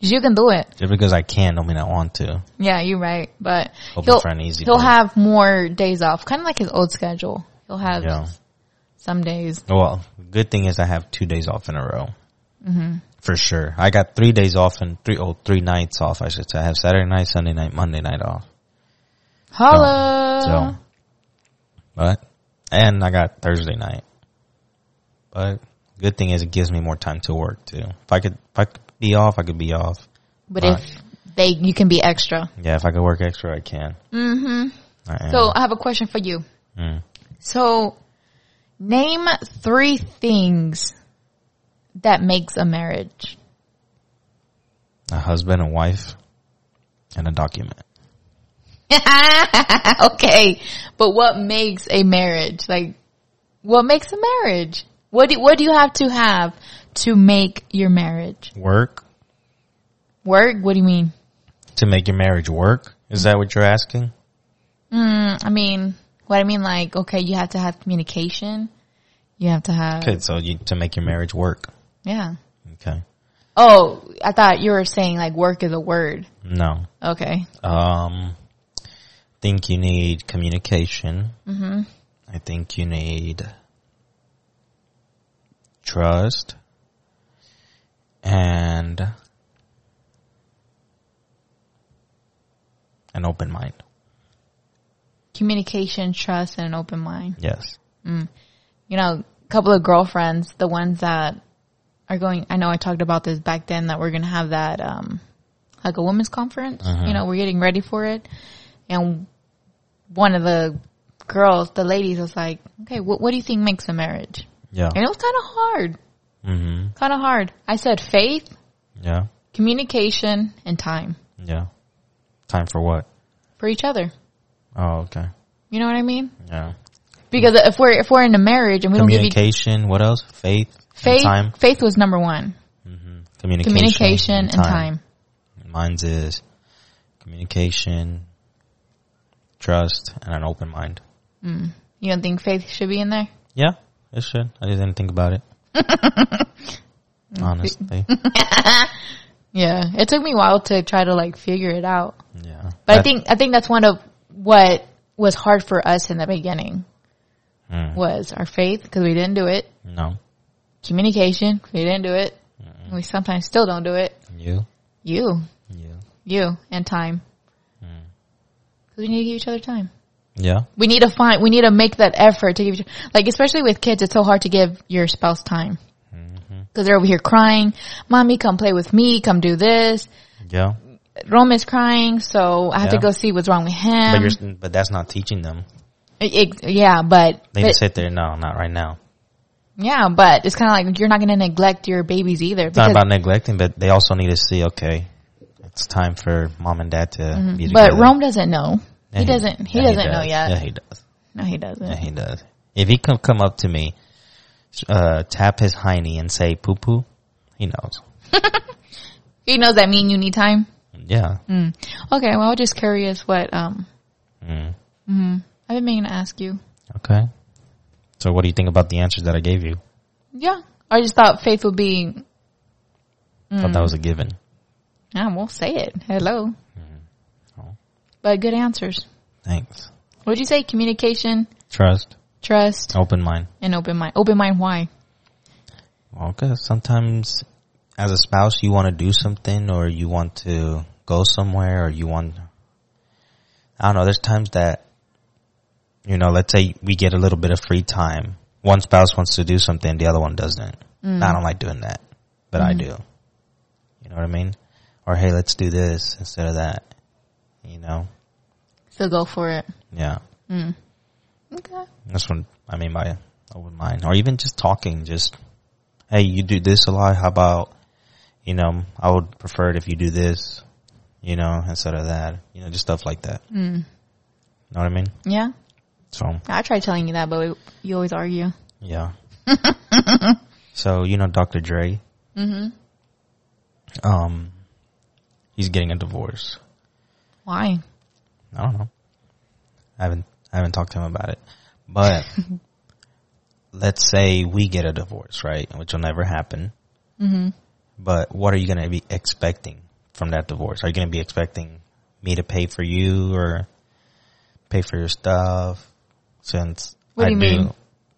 Speaker 1: You can do it.
Speaker 2: Just because I can don't mean I want to.
Speaker 1: Yeah, you're right. But
Speaker 2: Hoping
Speaker 1: he'll,
Speaker 2: for an easy
Speaker 1: he'll
Speaker 2: day.
Speaker 1: have more days off, kind of like his old schedule. He'll have
Speaker 2: Yeah.
Speaker 1: some days.
Speaker 2: Well, good thing is I have two days off in a row.
Speaker 1: Mm-hmm.
Speaker 2: For sure. I got three days off and three, oh, three nights off, I should say. I have Saturday night, Sunday night, Monday night off.
Speaker 1: Holla.
Speaker 2: So, but, and I got Thursday night. But good thing is it gives me more time to work too. If I could, if I could be off, I could be off.
Speaker 1: but
Speaker 2: Right.
Speaker 1: if they, you can be extra.
Speaker 2: Yeah, if I could work extra, I can.
Speaker 1: Mm-hmm.
Speaker 2: I am.
Speaker 1: So I have a question for you.
Speaker 2: Mm.
Speaker 1: So name three things that makes a marriage.
Speaker 2: a husband, a wife, and a document.
Speaker 1: okay, but what makes a marriage? Like, what makes a marriage? What do what do you have to have to make your marriage
Speaker 2: Work?
Speaker 1: work? What do you mean?
Speaker 2: To make your marriage work? Is that what you're asking?
Speaker 1: Mm, I mean, what I mean, like, okay, you have to have communication. You have to have,
Speaker 2: Okay, so you, to make your marriage work.
Speaker 1: yeah.
Speaker 2: Okay.
Speaker 1: Oh, I thought you were saying like work is a word.
Speaker 2: No.
Speaker 1: Okay.
Speaker 2: Um, think you need communication. Mm-hmm. I think you need trust and an open mind.
Speaker 1: Communication, trust, and an open mind.
Speaker 2: Yes.
Speaker 1: you know, a couple of girlfriends, the ones that are going, I know I talked about this back then that we're going to have that, um, like a women's conference,
Speaker 2: Uh-huh.
Speaker 1: you know, we're getting ready for it. And one of the girls, the ladies was like, okay, what, what do you think makes a marriage?
Speaker 2: Yeah.
Speaker 1: And it was kind of hard,
Speaker 2: Mm-hmm.
Speaker 1: kind of hard. I said faith,
Speaker 2: Yeah.
Speaker 1: communication, and time
Speaker 2: Yeah. Time for what?
Speaker 1: for each other.
Speaker 2: Oh, okay.
Speaker 1: You know what I mean?
Speaker 2: Yeah.
Speaker 1: Because if we're, if we're in a marriage and we don't give you
Speaker 2: Communication. What else? Faith. and
Speaker 1: faith,
Speaker 2: time.
Speaker 1: faith was number one.
Speaker 2: Communication.
Speaker 1: Communication and time.
Speaker 2: Mine's is communication, trust, and an open mind.
Speaker 1: You don't think faith should be in there?
Speaker 2: Yeah, it should. I just didn't think about it. Honestly,
Speaker 1: Yeah, it took me a while to try to like figure it out.
Speaker 2: yeah.
Speaker 1: But I
Speaker 2: That-
Speaker 1: think I think that's one of what was hard for us in the beginning
Speaker 2: Mm.
Speaker 1: was our faith because we didn't do it,
Speaker 2: no,
Speaker 1: communication we didn't do it, we sometimes still don't do it.
Speaker 2: you,
Speaker 1: You,
Speaker 2: you.
Speaker 1: You and time. Mm. Because we need to give each other time.
Speaker 2: Yeah.
Speaker 1: We need to find, we need to make that effort to give, each- like, especially with kids, it's so hard to give your spouse time. Because they're over here crying. Mommy, come play with me. Come do this.
Speaker 2: Yeah.
Speaker 1: Rome is crying, so I have to
Speaker 2: Yeah.
Speaker 1: go see what's wrong with
Speaker 2: But
Speaker 1: him.
Speaker 2: you're, but that's not teaching them.
Speaker 1: It- it- yeah, but,
Speaker 2: They
Speaker 1: but-
Speaker 2: just sit there. No, not right now.
Speaker 1: yeah, but it's kind of like you're not going to neglect your babies either.
Speaker 2: It's not
Speaker 1: because-
Speaker 2: about neglecting, but they also need to see. Okay, it's time for mom and dad to be together.
Speaker 1: Mm-hmm. but Rome doesn't know.
Speaker 2: Yeah,
Speaker 1: he doesn't. He
Speaker 2: yeah,
Speaker 1: doesn't know
Speaker 2: does.
Speaker 1: yet.
Speaker 2: Yeah, he does.
Speaker 1: No, he doesn't.
Speaker 2: Yeah, he does. If he could come up to me, uh, tap his hiney and say poo poo, he knows.
Speaker 1: He knows that me and you need time.
Speaker 2: Yeah.
Speaker 1: Okay, well, I'm just curious what um
Speaker 2: Mm.
Speaker 1: I've been meaning to ask you.
Speaker 2: Okay. So what do you think about the answers that I gave you?
Speaker 1: Yeah, I just thought faith would be.
Speaker 2: Thought that was a given.
Speaker 1: I won't say it. Hello,
Speaker 2: Oh.
Speaker 1: but good answers.
Speaker 2: Thanks.
Speaker 1: What'd you say? Communication,
Speaker 2: Trust,
Speaker 1: trust,
Speaker 2: open mind.
Speaker 1: and open mind. Open mind. Why?
Speaker 2: Well, 'cause sometimes as a spouse, you want to do something or you want to go somewhere or you want, I don't know, there's times that, you know, let's say we get a little bit of free time. One spouse wants to do something, the other one doesn't. I don't like doing that, but I do. You know what I mean? Or hey, let's do this instead of that. You know?
Speaker 1: So go for it.
Speaker 2: Yeah.
Speaker 1: Okay.
Speaker 2: That's what I mean by open mind. Or even just talking, just, hey, you do this a lot. How about, you know, I would prefer it if you do this, you know, instead of that. You know, just stuff like that. Mm. Know what I mean?
Speaker 1: Yeah,
Speaker 2: So,
Speaker 1: I tried telling you that, but we, you always argue.
Speaker 2: yeah. so, you know, Dr. Dre. Mm-hmm. Um, he's getting a divorce.
Speaker 1: Why?
Speaker 2: I don't know. I haven't I haven't talked to him about it. But let's say we get a divorce, right? Which will never happen. Mm-hmm. But what are you going to be expecting from that divorce? Are you going to be expecting me to pay for you or pay for your stuff? Since
Speaker 1: What
Speaker 2: I
Speaker 1: do you mean?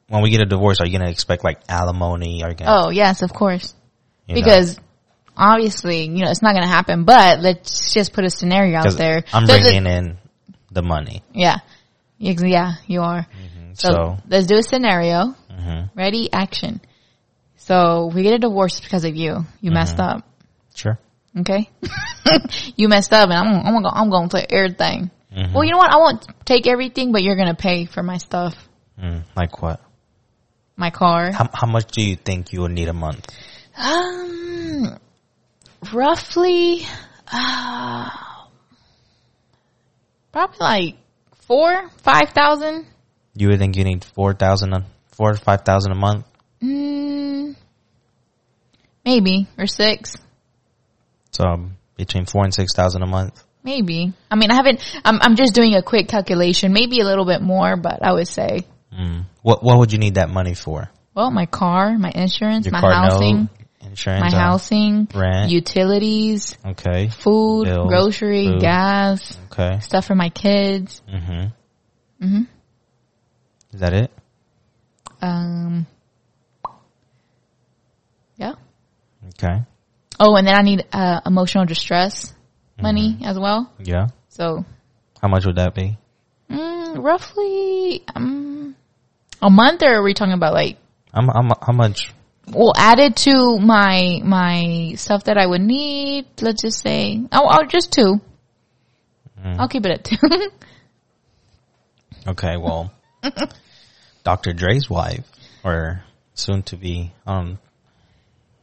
Speaker 2: when we get a divorce, are you going to expect like alimony? Are you gonna,
Speaker 1: Oh yes, of course.
Speaker 2: you know?
Speaker 1: because obviously, you know, it's not going to happen, but let's just put a scenario out
Speaker 2: 'Cause
Speaker 1: there.
Speaker 2: I'm
Speaker 1: There's a-
Speaker 2: bringing in the money.
Speaker 1: yeah. Ex- Yeah, you are. So,
Speaker 2: Mm, So,
Speaker 1: let's do a scenario.
Speaker 2: mhm.
Speaker 1: Ready? Action. So we get a divorce because of you.
Speaker 2: Mm-hmm.
Speaker 1: You messed up.
Speaker 2: sure.
Speaker 1: Okay. you messed up and I'm, I'm gonna, I'm gonna play everything.
Speaker 2: Mm-hmm.
Speaker 1: Well, you know what? I won't take everything, but you're gonna pay for my stuff,
Speaker 2: Mm, like what?
Speaker 1: my car.
Speaker 2: How, how much do you think you will need a month?
Speaker 1: Um, roughly, uh, probably like four, five thousand.
Speaker 2: You would think you need four thousand, four or five thousand a month.
Speaker 1: Mm, maybe or six,
Speaker 2: So um, between four and six thousand a month.
Speaker 1: maybe. I mean, I haven't. I'm I'm just doing a quick calculation. Maybe a little bit more, but I would say,
Speaker 2: Mm. What what would you need that money for?
Speaker 1: well, my car, my insurance,
Speaker 2: Your
Speaker 1: my
Speaker 2: car
Speaker 1: housing,
Speaker 2: note, insurance,
Speaker 1: my
Speaker 2: uh,
Speaker 1: housing,
Speaker 2: rent.
Speaker 1: utilities,
Speaker 2: Okay,
Speaker 1: food,
Speaker 2: Bills,
Speaker 1: grocery,
Speaker 2: food.
Speaker 1: gas,
Speaker 2: okay.
Speaker 1: stuff for my kids.
Speaker 2: Mm-hmm. Mm-hmm. Is that it?
Speaker 1: Um, yeah.
Speaker 2: Okay.
Speaker 1: Oh, and then I need uh, emotional distress money
Speaker 2: Mm-hmm.
Speaker 1: as well.
Speaker 2: Yeah.
Speaker 1: So,
Speaker 2: How much would that be?
Speaker 1: mm, roughly um, a month, or are we talking about like?
Speaker 2: I'm, I'm, how much?
Speaker 1: Well, added to my my stuff that I would need, let's just say, oh, oh just two.
Speaker 2: Mm-hmm.
Speaker 1: I'll keep it at two.
Speaker 2: Okay, well, Dr. Dre's wife, or soon to be, um,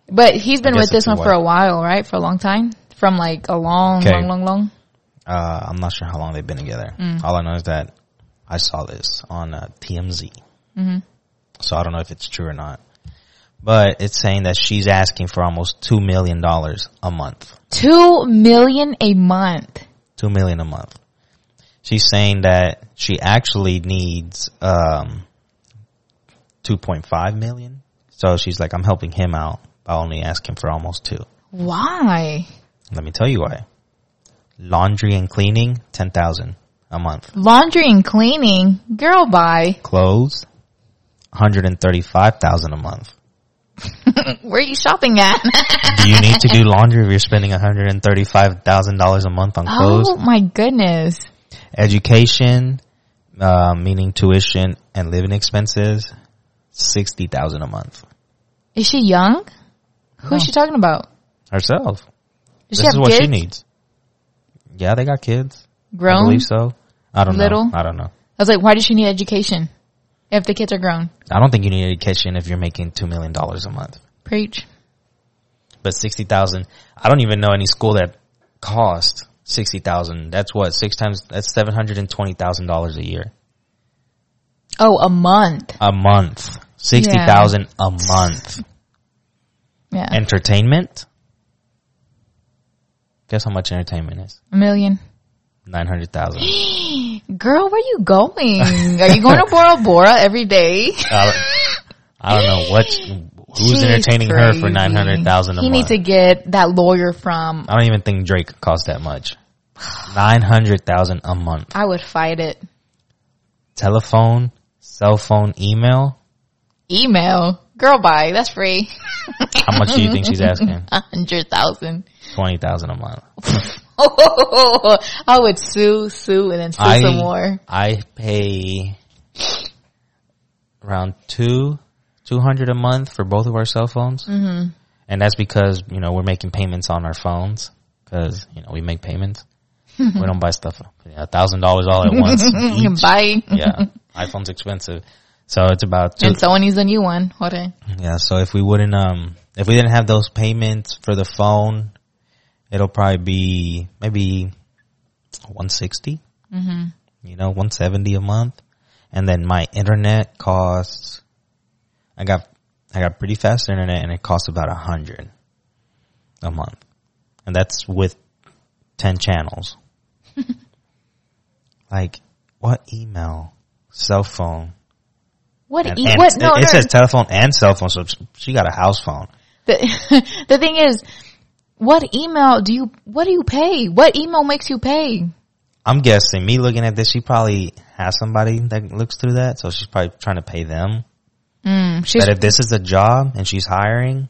Speaker 1: but he's been
Speaker 2: guess
Speaker 1: with this
Speaker 2: it's a
Speaker 1: one for a while, right? For a long time, from like a long,
Speaker 2: Okay.
Speaker 1: long, long, long.
Speaker 2: uh, I'm not sure how long they've been together. All I know is that I saw this on uh, TMZ. So I don't know if it's true or not. But it's saying that she's asking for almost $2 million a month.
Speaker 1: Two million a month.
Speaker 2: $2 million a month. She's saying that she actually needs, um, 2.5 million. So she's like, I'm helping him out by only asking for almost two.
Speaker 1: Why?
Speaker 2: Let me tell you why. Laundry and cleaning, 10,000 a month.
Speaker 1: Laundry and cleaning, girl. Bye.
Speaker 2: clothes, 135,000 a month.
Speaker 1: Where are you shopping at?
Speaker 2: Do you need to do laundry if you're spending $135,000 a month on clothes?
Speaker 1: oh my goodness.
Speaker 2: Education, uh, meaning tuition and living expenses, 60000 a month.
Speaker 1: Is she young? Who is she talking about?
Speaker 2: Herself.
Speaker 1: Does she
Speaker 2: this
Speaker 1: have
Speaker 2: is what
Speaker 1: kids?
Speaker 2: she needs. Yeah, they got kids. I
Speaker 1: Grown?
Speaker 2: believe so. I don't
Speaker 1: Little?
Speaker 2: know. I don't know.
Speaker 1: I was like, why does she need education if the kids are grown?
Speaker 2: I don't think you need education if you're making $2 million a month.
Speaker 1: Preach.
Speaker 2: but sixty thousand. I don't even know any school that cost sixty thousand. That's what six times. That's seven hundred and twenty thousand dollars a year,
Speaker 1: Oh, a month.
Speaker 2: a month. Sixty thousand a month.
Speaker 1: Yeah.
Speaker 2: entertainment. Guess how much entertainment is?
Speaker 1: a million.
Speaker 2: Nine hundred thousand.
Speaker 1: Girl, where you going? Are you going to Bora Bora every day?
Speaker 2: I, I don't know what. Who's
Speaker 1: She's
Speaker 2: entertaining her for
Speaker 1: crazy.
Speaker 2: nine hundred thousand a
Speaker 1: He
Speaker 2: month?
Speaker 1: needs to get that lawyer from.
Speaker 2: I don't even think Drake cost that much. Nine hundred thousand a month.
Speaker 1: I would fight it.
Speaker 2: Telephone, cell phone, email.
Speaker 1: Email. Girl, bye. That's free.
Speaker 2: How much do you think she's asking?
Speaker 1: A hundred thousand.
Speaker 2: Twenty thousand a month.
Speaker 1: Oh, I would sue, sue, and then sue
Speaker 2: I
Speaker 1: some more.
Speaker 2: I pay around two two hundred a month for both of our cell phones, mm-hmm. and that's because you know we're making payments on our phones because you know we make payments. we don't buy stuff a thousand dollars all at once. each.
Speaker 1: Bye.
Speaker 2: yeah, iPhone's expensive, so it's about two.
Speaker 1: And someone needs a new one. Hold on.
Speaker 2: Yeah, so if we wouldn't um if we didn't have those payments for the phone, it'll probably be maybe 160. Mm-hmm. You know, 170 a month. And then my internet costs I got I got pretty fast internet and it costs about 100 a month. And that's with 10 channels. like what email, cell phone,
Speaker 1: What?
Speaker 2: and-
Speaker 1: E-
Speaker 2: and
Speaker 1: what?
Speaker 2: it-
Speaker 1: No,
Speaker 2: it,
Speaker 1: no.
Speaker 2: says telephone and cell phone, so she got a house phone.
Speaker 1: the, the thing is, what email do you? What do you pay? What email makes you pay?
Speaker 2: I'm guessing me looking at this, she probably has somebody that looks through that, so she's probably trying to pay them.
Speaker 1: Mm, she's
Speaker 2: But if this is a job and she's hiring,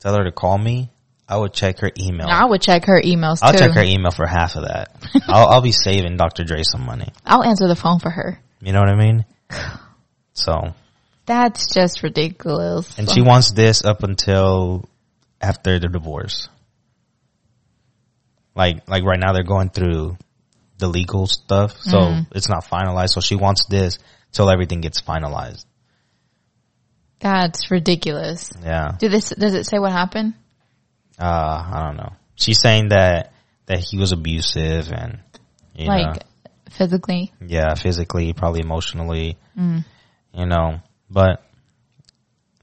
Speaker 2: tell her to call me. I would check her email.
Speaker 1: I would check her emails
Speaker 2: I'll
Speaker 1: too.
Speaker 2: check her email for half of that. I'll, I'll be saving Dr. Dre some money.
Speaker 1: I'll answer the phone for her.
Speaker 2: You know what I mean? So,
Speaker 1: That's just ridiculous.
Speaker 2: and she wants this up until after the divorce. Like, like right now they're going through the legal stuff, so it's not finalized. So she wants this till everything gets finalized.
Speaker 1: That's ridiculous.
Speaker 2: Yeah.
Speaker 1: Do this? Does it say what happened?
Speaker 2: Uh, I don't know. She's saying that, that he was abusive and, you know,
Speaker 1: Like physically?
Speaker 2: yeah, physically, probably emotionally, you know, but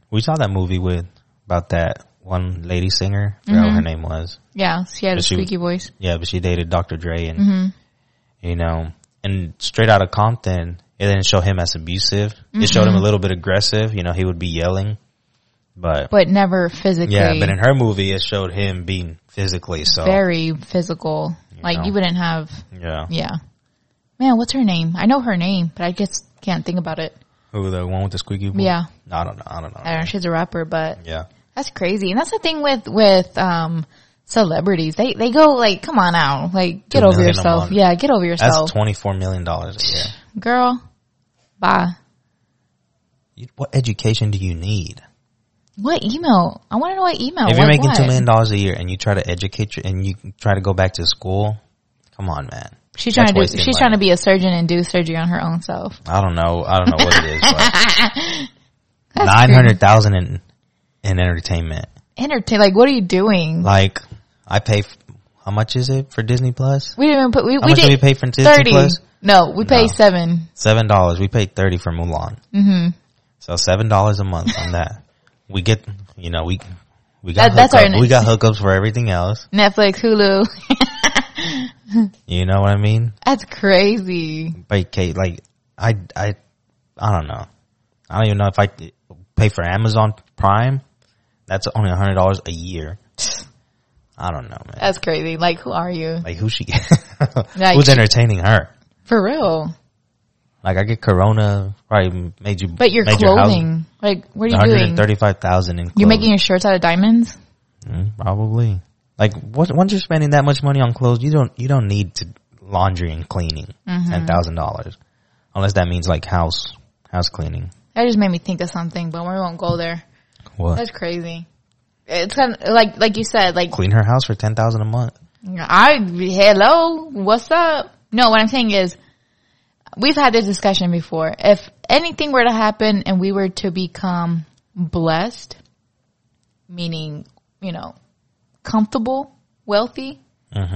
Speaker 2: we saw that movie with, about that one lady singer, I forgot what her name was.
Speaker 1: Yeah, she had a
Speaker 2: But she-
Speaker 1: squeaky voice.
Speaker 2: Yeah, but she dated Dr. Dre and,
Speaker 1: Mm-hmm.
Speaker 2: you know, and straight out of Compton, it didn't show him as abusive. It showed
Speaker 1: Mm-hmm.
Speaker 2: him a little bit aggressive. You know, he would be yelling, but
Speaker 1: but never physically.
Speaker 2: yeah, but in her movie, it showed him being physically. So
Speaker 1: very physical. like
Speaker 2: know.
Speaker 1: you wouldn't have.
Speaker 2: yeah,
Speaker 1: Yeah, man, what's her name? I know her name, but I just can't think about it.
Speaker 2: who the one with the squeaky? voice?
Speaker 1: Yeah. Uh,
Speaker 2: I don't know. I don't know.
Speaker 1: I don't know. She's a rapper, but
Speaker 2: yeah,
Speaker 1: that's crazy. And that's the thing with with um celebrities. They they go like, come on now, like get
Speaker 2: Two
Speaker 1: over
Speaker 2: million a
Speaker 1: yourself.
Speaker 2: month.
Speaker 1: Yeah, get over
Speaker 2: that's
Speaker 1: yourself,
Speaker 2: twenty four million dollars a year.
Speaker 1: girl. Bye.
Speaker 2: You- What education do you need?
Speaker 1: What email? I want to know what email.
Speaker 2: if you're
Speaker 1: Like,
Speaker 2: making
Speaker 1: what?
Speaker 2: two million dollars a year and you try to educate your, and you try to go back to school, come on, man.
Speaker 1: she's
Speaker 2: that's
Speaker 1: trying to do.
Speaker 2: wasting
Speaker 1: She's
Speaker 2: money.
Speaker 1: trying to be a surgeon and do surgery on her own self.
Speaker 2: I don't know. I don't know what it is. But Nine hundred thousand in in entertainment.
Speaker 1: Entertain. Like, what are you doing?
Speaker 2: Like I pay. F- how much is it for Disney Plus?
Speaker 1: we didn't even put. We,
Speaker 2: How
Speaker 1: we
Speaker 2: much
Speaker 1: did
Speaker 2: did we pay for Disney
Speaker 1: thirty.
Speaker 2: Plus?
Speaker 1: No, we pay
Speaker 2: No.
Speaker 1: seven.
Speaker 2: Seven dollars. We paid thirty for Mulan. Mm-hmm. So seven dollars a month on that. We get. You know we we got
Speaker 1: That- that's our
Speaker 2: hookup- we
Speaker 1: next-
Speaker 2: got hookups for everything else.
Speaker 1: Netflix, Hulu.
Speaker 2: You know what I mean?
Speaker 1: That's crazy.
Speaker 2: But Kate, like I I I don't know. I don't even know if I could pay for Amazon Prime. That's only a hundred dollars a year. I don't know, man.
Speaker 1: That's crazy. Like, who are you?
Speaker 2: Like who she?
Speaker 1: Like,
Speaker 2: who's entertaining her?
Speaker 1: For real.
Speaker 2: Like I get Corona probably made you,
Speaker 1: But your
Speaker 2: made
Speaker 1: clothing, like, what are you doing?
Speaker 2: 135,000 in clothes.
Speaker 1: You're making your shirts out of diamonds?
Speaker 2: Mm, probably. Like what, once you're spending that much money on clothes, you don't you don't need to laundry and cleaning
Speaker 1: Mm-hmm.
Speaker 2: ten thousand dollars, unless that means like house house cleaning.
Speaker 1: That just made me think of something, but we won't go there.
Speaker 2: What?
Speaker 1: That's crazy. It's kind of like, like you said, like,
Speaker 2: Clean her house for ten thousand a month.
Speaker 1: I, hello, what's up? No, what I'm saying is, we've had this discussion before. If anything were to happen and we were to become blessed, meaning, you know, comfortable, wealthy,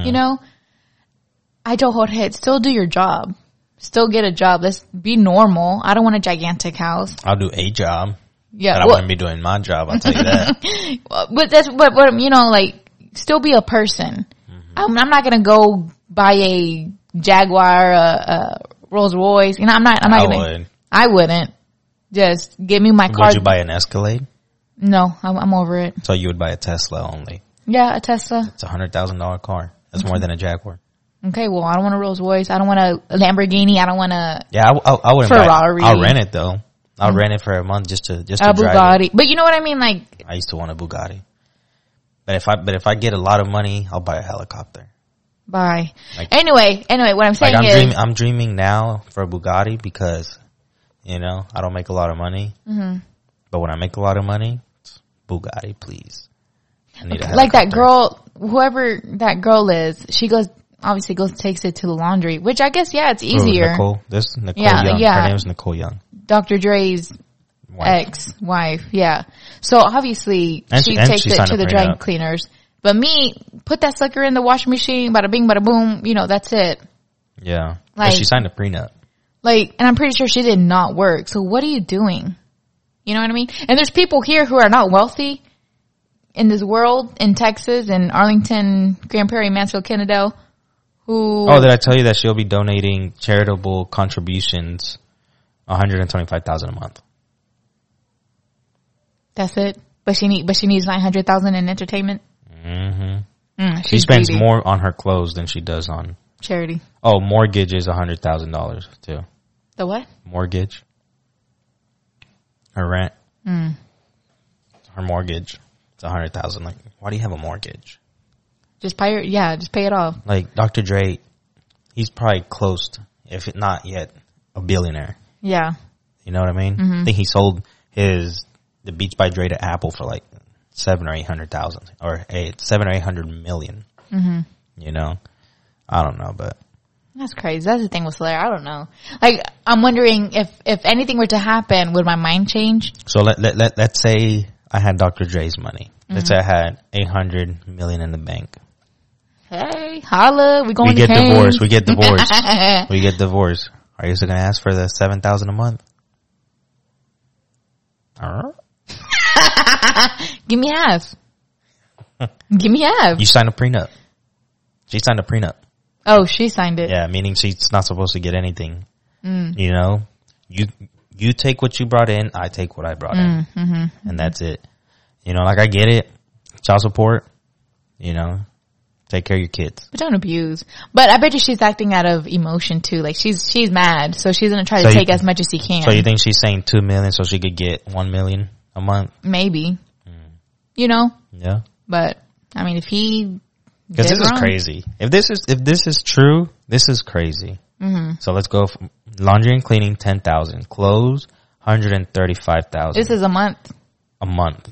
Speaker 1: you know, I told Jorge, still do your job. Still get a job. Let's be normal. I don't want a gigantic house.
Speaker 2: I'll do a job,
Speaker 1: Yeah.
Speaker 2: but I
Speaker 1: well-
Speaker 2: wouldn't be doing my job. I'll tell you that.
Speaker 1: Well, Uh, but that's what, what you know, like still be a person.
Speaker 2: Mm-hmm.
Speaker 1: I'm, I'm not gonna go buy a Jaguar, uh, uh, Rolls Royce. You know, I'm not. I'm not
Speaker 2: I
Speaker 1: gonna.
Speaker 2: would.
Speaker 1: I wouldn't. Just give me my car.
Speaker 2: Would you buy an Escalade?
Speaker 1: no, I'm, I'm over it.
Speaker 2: So you would buy a Tesla only.
Speaker 1: Yeah, a Tesla.
Speaker 2: It's a hundred thousand dollar car. That's
Speaker 1: Mm-hmm.
Speaker 2: more than a Jaguar.
Speaker 1: Okay, well, I don't want a Rolls Royce. I don't want a Lamborghini. I don't want a,
Speaker 2: Yeah, I, w- I- I wouldn't buy it.
Speaker 1: Ferrari.
Speaker 2: I'll rent it though. I'll rent it for a month just to just to
Speaker 1: a
Speaker 2: drive it.
Speaker 1: Bugatti. But you know what I mean? Like,
Speaker 2: I used to want a Bugatti. But if I but if I get a lot of money, I'll buy a helicopter.
Speaker 1: bye.
Speaker 2: Like-
Speaker 1: anyway, anyway, what I'm saying
Speaker 2: Like I'm
Speaker 1: is,
Speaker 2: dreaming I'm dreaming now for a Bugatti because you know, I don't make a lot of money. Mm-hmm. But when I make a lot of money, it's Bugatti, please. I need a
Speaker 1: like that
Speaker 2: helicopter.
Speaker 1: girl, whoever that girl is, she goes, obviously goes, takes it to the laundry, which I guess, yeah, it's
Speaker 2: Ooh,
Speaker 1: easier.
Speaker 2: Nicole, this Nicole
Speaker 1: Yeah,
Speaker 2: Young.
Speaker 1: yeah.
Speaker 2: Her name's Nicole Young.
Speaker 1: Dr. Dre's
Speaker 2: Wife.
Speaker 1: ex-wife. Yeah. So obviously
Speaker 2: And
Speaker 1: she,
Speaker 2: she- and
Speaker 1: takes
Speaker 2: she
Speaker 1: it
Speaker 2: signed
Speaker 1: to
Speaker 2: up
Speaker 1: the
Speaker 2: for
Speaker 1: dry
Speaker 2: that.
Speaker 1: cleaners. But me, put that sucker in the washing machine, bada bing, bada boom, you know, that's it.
Speaker 2: Yeah.
Speaker 1: Like-
Speaker 2: but she signed a prenup.
Speaker 1: Like, and I'm pretty sure she did not work. So what are you doing? You know what I mean? And there's people here who are not wealthy in this world, in Texas, in Arlington, Grand Prairie, Mansfield, Kennedale, who,
Speaker 2: Oh, did I tell you that she'll be donating charitable contributions one hundred and twenty five thousand a month?
Speaker 1: that's it. But she need, but she needs 900,000 in entertainment.
Speaker 2: hmm
Speaker 1: Mm,
Speaker 2: She
Speaker 1: she's
Speaker 2: spends
Speaker 1: greedy.
Speaker 2: more on her clothes than she does on
Speaker 1: charity.
Speaker 2: Oh, mortgage is a hundred thousand dollars too.
Speaker 1: The what?
Speaker 2: Mortgage. Her rent. Her mortgage. It's a hundred thousand. Like, why do you have a mortgage?
Speaker 1: Just pay it. Yeah, just pay it off.
Speaker 2: Like Dr. Dre, he's probably close, to, if not yet, a billionaire.
Speaker 1: Yeah.
Speaker 2: You know what I mean? I think he sold his the Beats by Dre to Apple for like seven or eight hundred thousand, or eight seven or eight hundred Mm-hmm. You know, I don't know, but
Speaker 1: That's crazy. That's the thing with Slayer. I don't know. Like, I'm wondering if, if anything were to happen, would my mind change?
Speaker 2: So let, let, let, let's say I had Dr. Dre's money. Let's say I had 800 million in the bank.
Speaker 1: Hey, holla. We going
Speaker 2: We get
Speaker 1: to Cannes.
Speaker 2: divorced. We get divorced. we get divorced. Are you still going to ask for the 7,000 a month? Huh?
Speaker 1: Give me half. Give me half.
Speaker 2: You signed a prenup. She signed a prenup.
Speaker 1: Oh, she signed it.
Speaker 2: Yeah, meaning she's not supposed to get anything.
Speaker 1: Mm.
Speaker 2: You know, you, you take what you brought in. I take what I brought
Speaker 1: Mm, mm-hmm,
Speaker 2: in. And that's it. You know, like I get it. Child support, you know, take care of your kids.
Speaker 1: But don't abuse. But I bet you she's acting out of emotion too. Like she's, she's mad. So she's going to try
Speaker 2: So
Speaker 1: to
Speaker 2: you-
Speaker 1: take as much as she can.
Speaker 2: So you think she's saying two million so she could get one million a month?
Speaker 1: Maybe.
Speaker 2: Hmm.
Speaker 1: You know,
Speaker 2: Yeah,
Speaker 1: but I mean, if he,
Speaker 2: because
Speaker 1: did
Speaker 2: this is
Speaker 1: wrong-
Speaker 2: crazy. If this is if this is true, this is crazy. Mm-hmm. So let's go from laundry and cleaning ten thousand, clothes hundred and thirty
Speaker 1: This
Speaker 2: five thousand
Speaker 1: is a month.
Speaker 2: a month,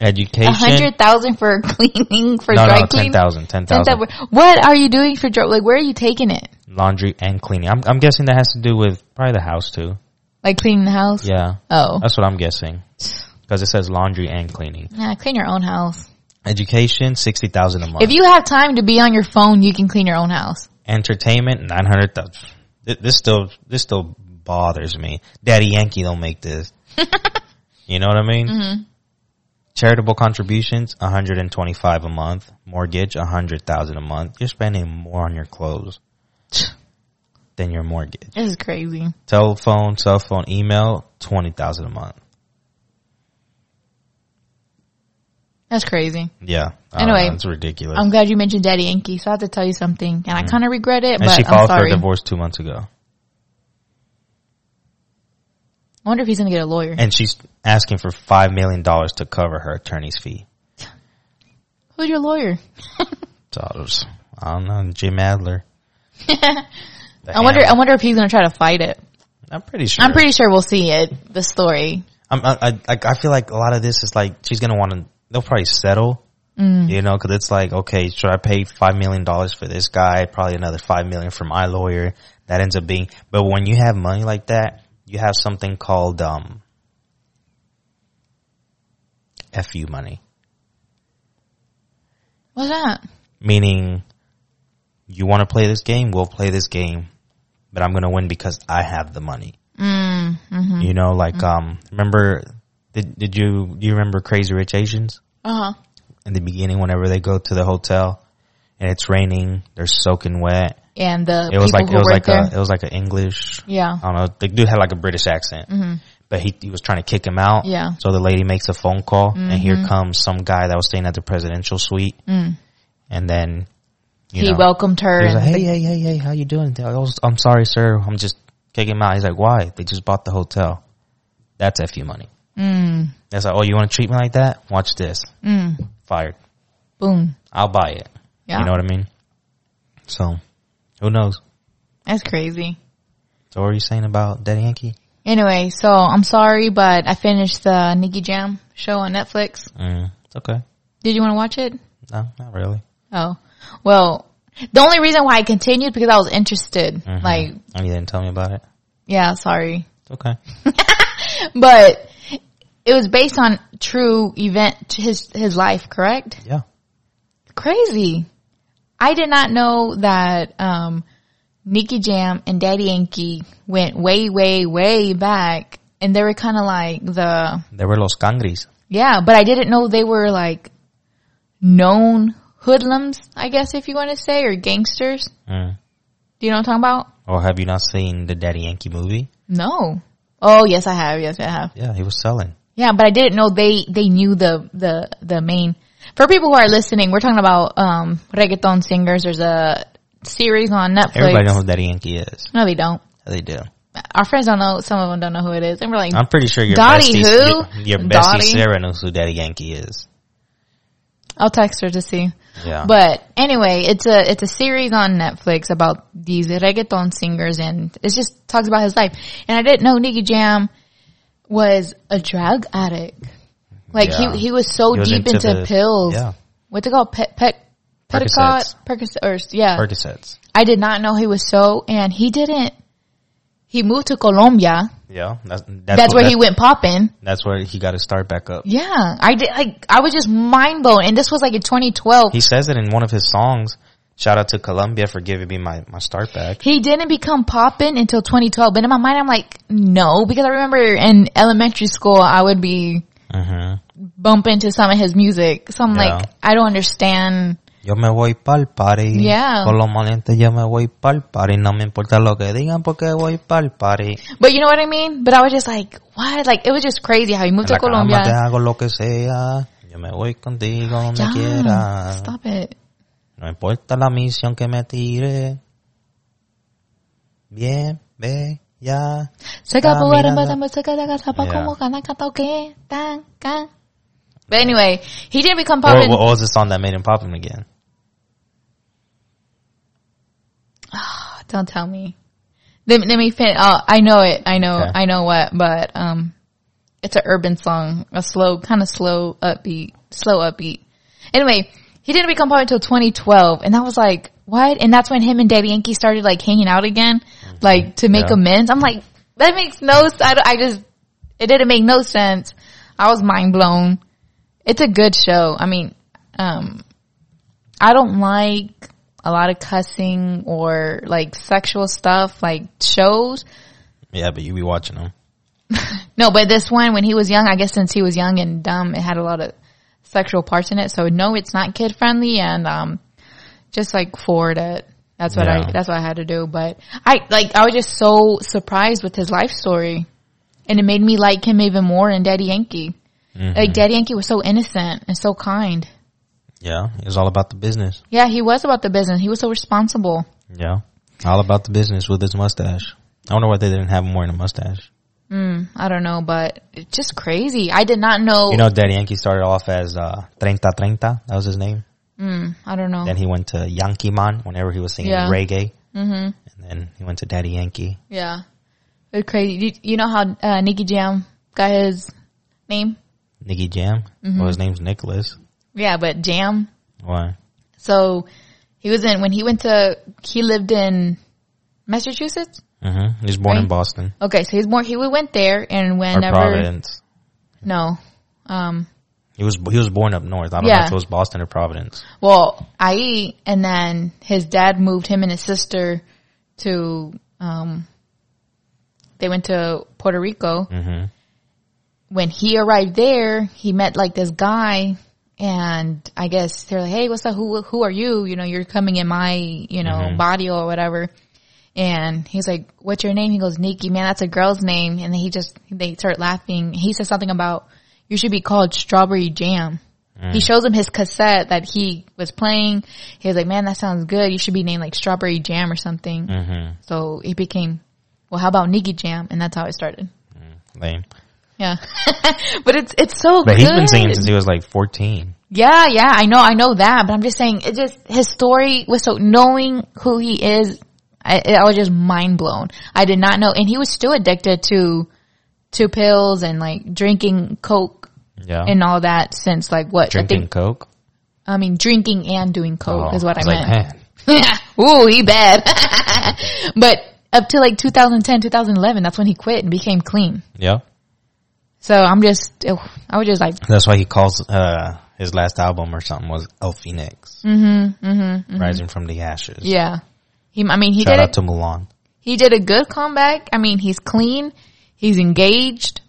Speaker 1: A
Speaker 2: education.
Speaker 1: hundred thousand for cleaning, for
Speaker 2: No,
Speaker 1: dry
Speaker 2: no, ten
Speaker 1: cleaning.
Speaker 2: thousand, ten
Speaker 1: Sent that
Speaker 2: thousand.
Speaker 1: word- What are you doing for drug? Like, where are you taking it?
Speaker 2: Laundry and cleaning. I'm, I'm guessing that has to do with probably the house too.
Speaker 1: Like cleaning the house?
Speaker 2: Yeah, Uh,
Speaker 1: Oh,
Speaker 2: that's what I'm guessing because it says laundry and cleaning.
Speaker 1: yeah, clean your own house.
Speaker 2: Education sixty thousand a month.
Speaker 1: If you have time to be on your phone, you can clean your own house.
Speaker 2: entertainment nine hundred thousand. This still this still bothers me. Daddy Yankee don't make this. you know what I mean? Mm-hmm. Charitable contributions one hundred and twenty five a month. Mortgage a hundred thousand a month. You're spending more on your clothes than your mortgage.
Speaker 1: This is crazy.
Speaker 2: Telephone, cell phone, email twenty thousand a month.
Speaker 1: That's crazy.
Speaker 2: Yeah, I don't
Speaker 1: Anyway,
Speaker 2: know, it's ridiculous.
Speaker 1: I'm glad you mentioned Daddy Yankee. So I have to tell you something, and I kind of regret it,
Speaker 2: Mm. and
Speaker 1: but
Speaker 2: she
Speaker 1: I'm
Speaker 2: filed for
Speaker 1: sorry.
Speaker 2: a divorce two months ago.
Speaker 1: I wonder if he's gonna get a lawyer.
Speaker 2: And she's asking for five million dollars to cover her attorney's fee.
Speaker 1: Who's your lawyer?
Speaker 2: So I, was, I don't know, Jim Adler. The
Speaker 1: I wonder. I
Speaker 2: hammer.
Speaker 1: wonder if he's gonna try to fight it.
Speaker 2: I'm pretty sure.
Speaker 1: I'm pretty sure we'll see it. The story.
Speaker 2: I'm, I, I like. I feel like a lot of this is like she's gonna want to. They'll probably settle. You know, because it's like, okay, should I pay five million dollars for this guy? Probably another five million for my lawyer. That ends up being. But when you have money like that, you have something called um, fu money,
Speaker 1: What's that?
Speaker 2: meaning you want to play this game, we'll play this game, but I'm gonna win because I have the money.
Speaker 1: Mm, mm-hmm.
Speaker 2: You know, like um, remember? Did did you do you remember Crazy Rich Asians?
Speaker 1: Uh huh.
Speaker 2: in the beginning whenever they go to the hotel and it's raining, they're soaking wet.
Speaker 1: And the
Speaker 2: It
Speaker 1: people
Speaker 2: was like it
Speaker 1: who
Speaker 2: was
Speaker 1: work
Speaker 2: like
Speaker 1: there.
Speaker 2: a it was like an English.
Speaker 1: yeah.
Speaker 2: I don't know. The dude had like a British accent, but he he was trying to kick him out.
Speaker 1: Mm-hmm. Yeah. Mm-hmm.
Speaker 2: So the lady makes a phone call, and here comes some guy that was staying at the presidential suite, and then you
Speaker 1: Mm. he
Speaker 2: know,
Speaker 1: welcomed her.
Speaker 2: he was
Speaker 1: and
Speaker 2: like, "Hey, hey, hey, hey, how you doing?" I was, I'm sorry, sir. I'm just kicking him out. He's like, "Why? They just bought the hotel. That's fu money." Mm. That's like, "Oh, you want to treat me like that? Watch this.
Speaker 1: mm,
Speaker 2: Fired.
Speaker 1: boom.
Speaker 2: I'll buy it."
Speaker 1: Yeah.
Speaker 2: You know what I mean? So, who knows?
Speaker 1: That's crazy.
Speaker 2: So, what are you saying about Dead Yankee?
Speaker 1: Anyway, so I'm sorry, but I finished the Nikki Jam show on Netflix.
Speaker 2: Mm, it's okay.
Speaker 1: Did you want to watch it?
Speaker 2: No, not really.
Speaker 1: Oh, well, the only reason why I continued because I was interested. Like,
Speaker 2: Mm-hmm. And you didn't tell me about it.
Speaker 1: yeah, sorry,
Speaker 2: It's okay.
Speaker 1: but it was based on true event his his life, correct?
Speaker 2: Yeah.
Speaker 1: Crazy. I did not know that um, Nikki Jam and Daddy Yankee went way, way, way back, and they were kind of like the
Speaker 2: They were Los Cangris.
Speaker 1: Yeah, but I didn't know they were like known hoodlums, I guess if you want to say, or gangsters.
Speaker 2: Mm.
Speaker 1: Do you know what I'm talking about?
Speaker 2: Or have you not seen the Daddy Yankee movie?
Speaker 1: No. Oh yes, I have. Yes, I have.
Speaker 2: Yeah, he was selling.
Speaker 1: Yeah, but I didn't know they they knew the the the main. For people who are listening, we're talking about um reggaeton singers. There's a series on Netflix.
Speaker 2: Everybody knows who Daddy Yankee is.
Speaker 1: No, they don't.
Speaker 2: Yeah, They do.
Speaker 1: Our friends don't know. Some of them don't know who it is, and we're like,
Speaker 2: I'm pretty sure your
Speaker 1: Dottie
Speaker 2: bestie,
Speaker 1: who?
Speaker 2: your bestie
Speaker 1: Dottie?
Speaker 2: Sarah knows who Daddy Yankee is.
Speaker 1: I'll text her to see.
Speaker 2: Yeah.
Speaker 1: But anyway, it's a it's a series on Netflix about these reggaeton singers, and it just talks about his life. And I didn't know Nicky Jam was a drug addict. Like
Speaker 2: Yeah.
Speaker 1: he he was so
Speaker 2: He was
Speaker 1: deep into,
Speaker 2: into the-
Speaker 1: pills.
Speaker 2: yeah.
Speaker 1: What's it called? Pet pet. Petticott,
Speaker 2: Percocets.
Speaker 1: Percocet, or yeah,
Speaker 2: Percocets.
Speaker 1: I did not know he was so, and he didn't. He moved to Colombia.
Speaker 2: Yeah. That's, that's,
Speaker 1: That's where
Speaker 2: what- that's,
Speaker 1: he went popping.
Speaker 2: That's where he got his start back up.
Speaker 1: Yeah, I did. Like I was just mind blown, and this was like in 2012.
Speaker 2: He says it in one of his songs. Shout out to Columbia for giving me my, my start back.
Speaker 1: He didn't become poppin' until 2012. But in my mind, I'm like, no, because I remember in elementary school, I would be
Speaker 2: Uh-huh.
Speaker 1: bump into some of his music. So I'm
Speaker 2: Yeah.
Speaker 1: like, I don't understand.
Speaker 2: Yo me voy pa'l party.
Speaker 1: Yeah.
Speaker 2: Con los maleantes yo me voy pa'l party. No me importa lo que digan porque voy pa'l party.
Speaker 1: But you know what I mean? But I was just like, what? Like, it was just crazy how he
Speaker 2: En
Speaker 1: moved
Speaker 2: la
Speaker 1: to
Speaker 2: cama te
Speaker 1: Colombia.
Speaker 2: hago lo que sea. Yo me voy contigo donde
Speaker 1: Yeah.
Speaker 2: quieras.
Speaker 1: Stop it.
Speaker 2: No importa la misión que me tire. Bien, ve, ya.
Speaker 1: Saka po wala ba
Speaker 2: mirando.
Speaker 1: tama saka daga sapa
Speaker 2: Yeah.
Speaker 1: kumo ka nakatoke, tang, ka. But anyway, he didn't become
Speaker 2: What,
Speaker 1: poppin'.
Speaker 2: what was the song that made him pop him again?
Speaker 1: Don't tell me. Let, let me fin. Oh, I know it. I know.
Speaker 2: Okay.
Speaker 1: I know what. But um, it's an urban song, a slow, kind of slow upbeat, slow upbeat. Anyway, he didn't become popular until 2012, and I was like, what? And that's when him and Daddy Yankee started like hanging out again, like to make
Speaker 2: Yeah.
Speaker 1: amends. I'm like, that makes no. s- I, don't- I just it didn't make no sense. I was mind blown. It's a good show. I mean, um, I don't like a lot of cussing or like sexual stuff, like shows.
Speaker 2: Yeah, but you be watching him.
Speaker 1: No, but this one, when he was young, I guess since he was young and dumb, it had a lot of sexual parts in it. So no, it's not kid friendly and, um, just like forward it. That's what I,
Speaker 2: Yeah.
Speaker 1: that's what I had to do. But I, like, I was just so surprised with his life story and it made me like him even more and Daddy Yankee.
Speaker 2: Mm-hmm.
Speaker 1: Like Daddy Yankee was so innocent and so kind.
Speaker 2: Yeah, it was all about the business.
Speaker 1: Yeah, he was about the business. He was so responsible.
Speaker 2: Yeah. All about the business with his mustache. I wonder why they didn't have him wearing a mustache.
Speaker 1: Mm, I don't know, but it's just crazy. I did not know.
Speaker 2: You know, Daddy Yankee started off as uh, Treinta Treinta. That was his name.
Speaker 1: mm, I don't know.
Speaker 2: Then he went to Yankee Man whenever he was singing
Speaker 1: Yeah.
Speaker 2: reggae. Mm-hmm. And then he went to Daddy Yankee.
Speaker 1: Yeah. It's crazy. You, you know how uh, Nicky Jam got his name?
Speaker 2: Nicky Jam.
Speaker 1: Mm-hmm.
Speaker 2: Well, his name's Nicholas.
Speaker 1: Yeah, but Jam.
Speaker 2: Why?
Speaker 1: So he was in, when he went to, he lived in Massachusetts?
Speaker 2: Mm-hmm. He was born in
Speaker 1: Right.
Speaker 2: Boston
Speaker 1: Okay, so he's more, he went there and
Speaker 2: or
Speaker 1: whenever,
Speaker 2: Providence.
Speaker 1: no, um,
Speaker 2: He was he was born up north. I don't know
Speaker 1: Yeah.
Speaker 2: if it was Boston or Providence.
Speaker 1: Well, IE, and then his dad moved him and his sister to, um, they went to Puerto Rico.
Speaker 2: Mm-hmm.
Speaker 1: When he arrived there, he met like this guy, and I guess they're like, "Hey, what's up? Who who are you? You know, you're coming in my you know body or whatever." And he's like, "What's your name?" He goes, "Nikki, man, that's a girl's name." And then he just they start laughing. He says something about you should be called Strawberry Jam. He shows him his cassette that he was playing. He was like, "Man, that sounds good. You should be named like Strawberry Jam or something."
Speaker 2: Mm-hmm.
Speaker 1: So he became, well, how about Nikki Jam? And that's how it started.
Speaker 2: Lame.
Speaker 1: Yeah, but it's it's so.
Speaker 2: But
Speaker 1: good.
Speaker 2: he's been singing since he was like 14.
Speaker 1: Yeah, yeah, I know, I know that, but I'm just saying, it just his story was so knowing who he is. I, I was just mind blown. I did not know, and he was still addicted to to pills and like drinking coke
Speaker 2: Yeah.
Speaker 1: and all that since like what
Speaker 2: Drinking
Speaker 1: I think.
Speaker 2: Coke.
Speaker 1: I mean, drinking and doing coke
Speaker 2: Oh,
Speaker 1: is what I,
Speaker 2: was
Speaker 1: meant.
Speaker 2: like, eh. man,
Speaker 1: Ooh, he bad. but up to like 2010, 2011, that's when he quit and became clean.
Speaker 2: yeah.
Speaker 1: So I'm just, ew, I was just like,
Speaker 2: That's why he calls uh, his last album or something was El Phoenix. Mm-hmm, mm-hmm, Rising from the Ashes.
Speaker 1: yeah. He, I mean, he
Speaker 2: Shout
Speaker 1: did
Speaker 2: out
Speaker 1: it.
Speaker 2: to Mulan.
Speaker 1: He did a good comeback. I mean, he's clean. He's engaged.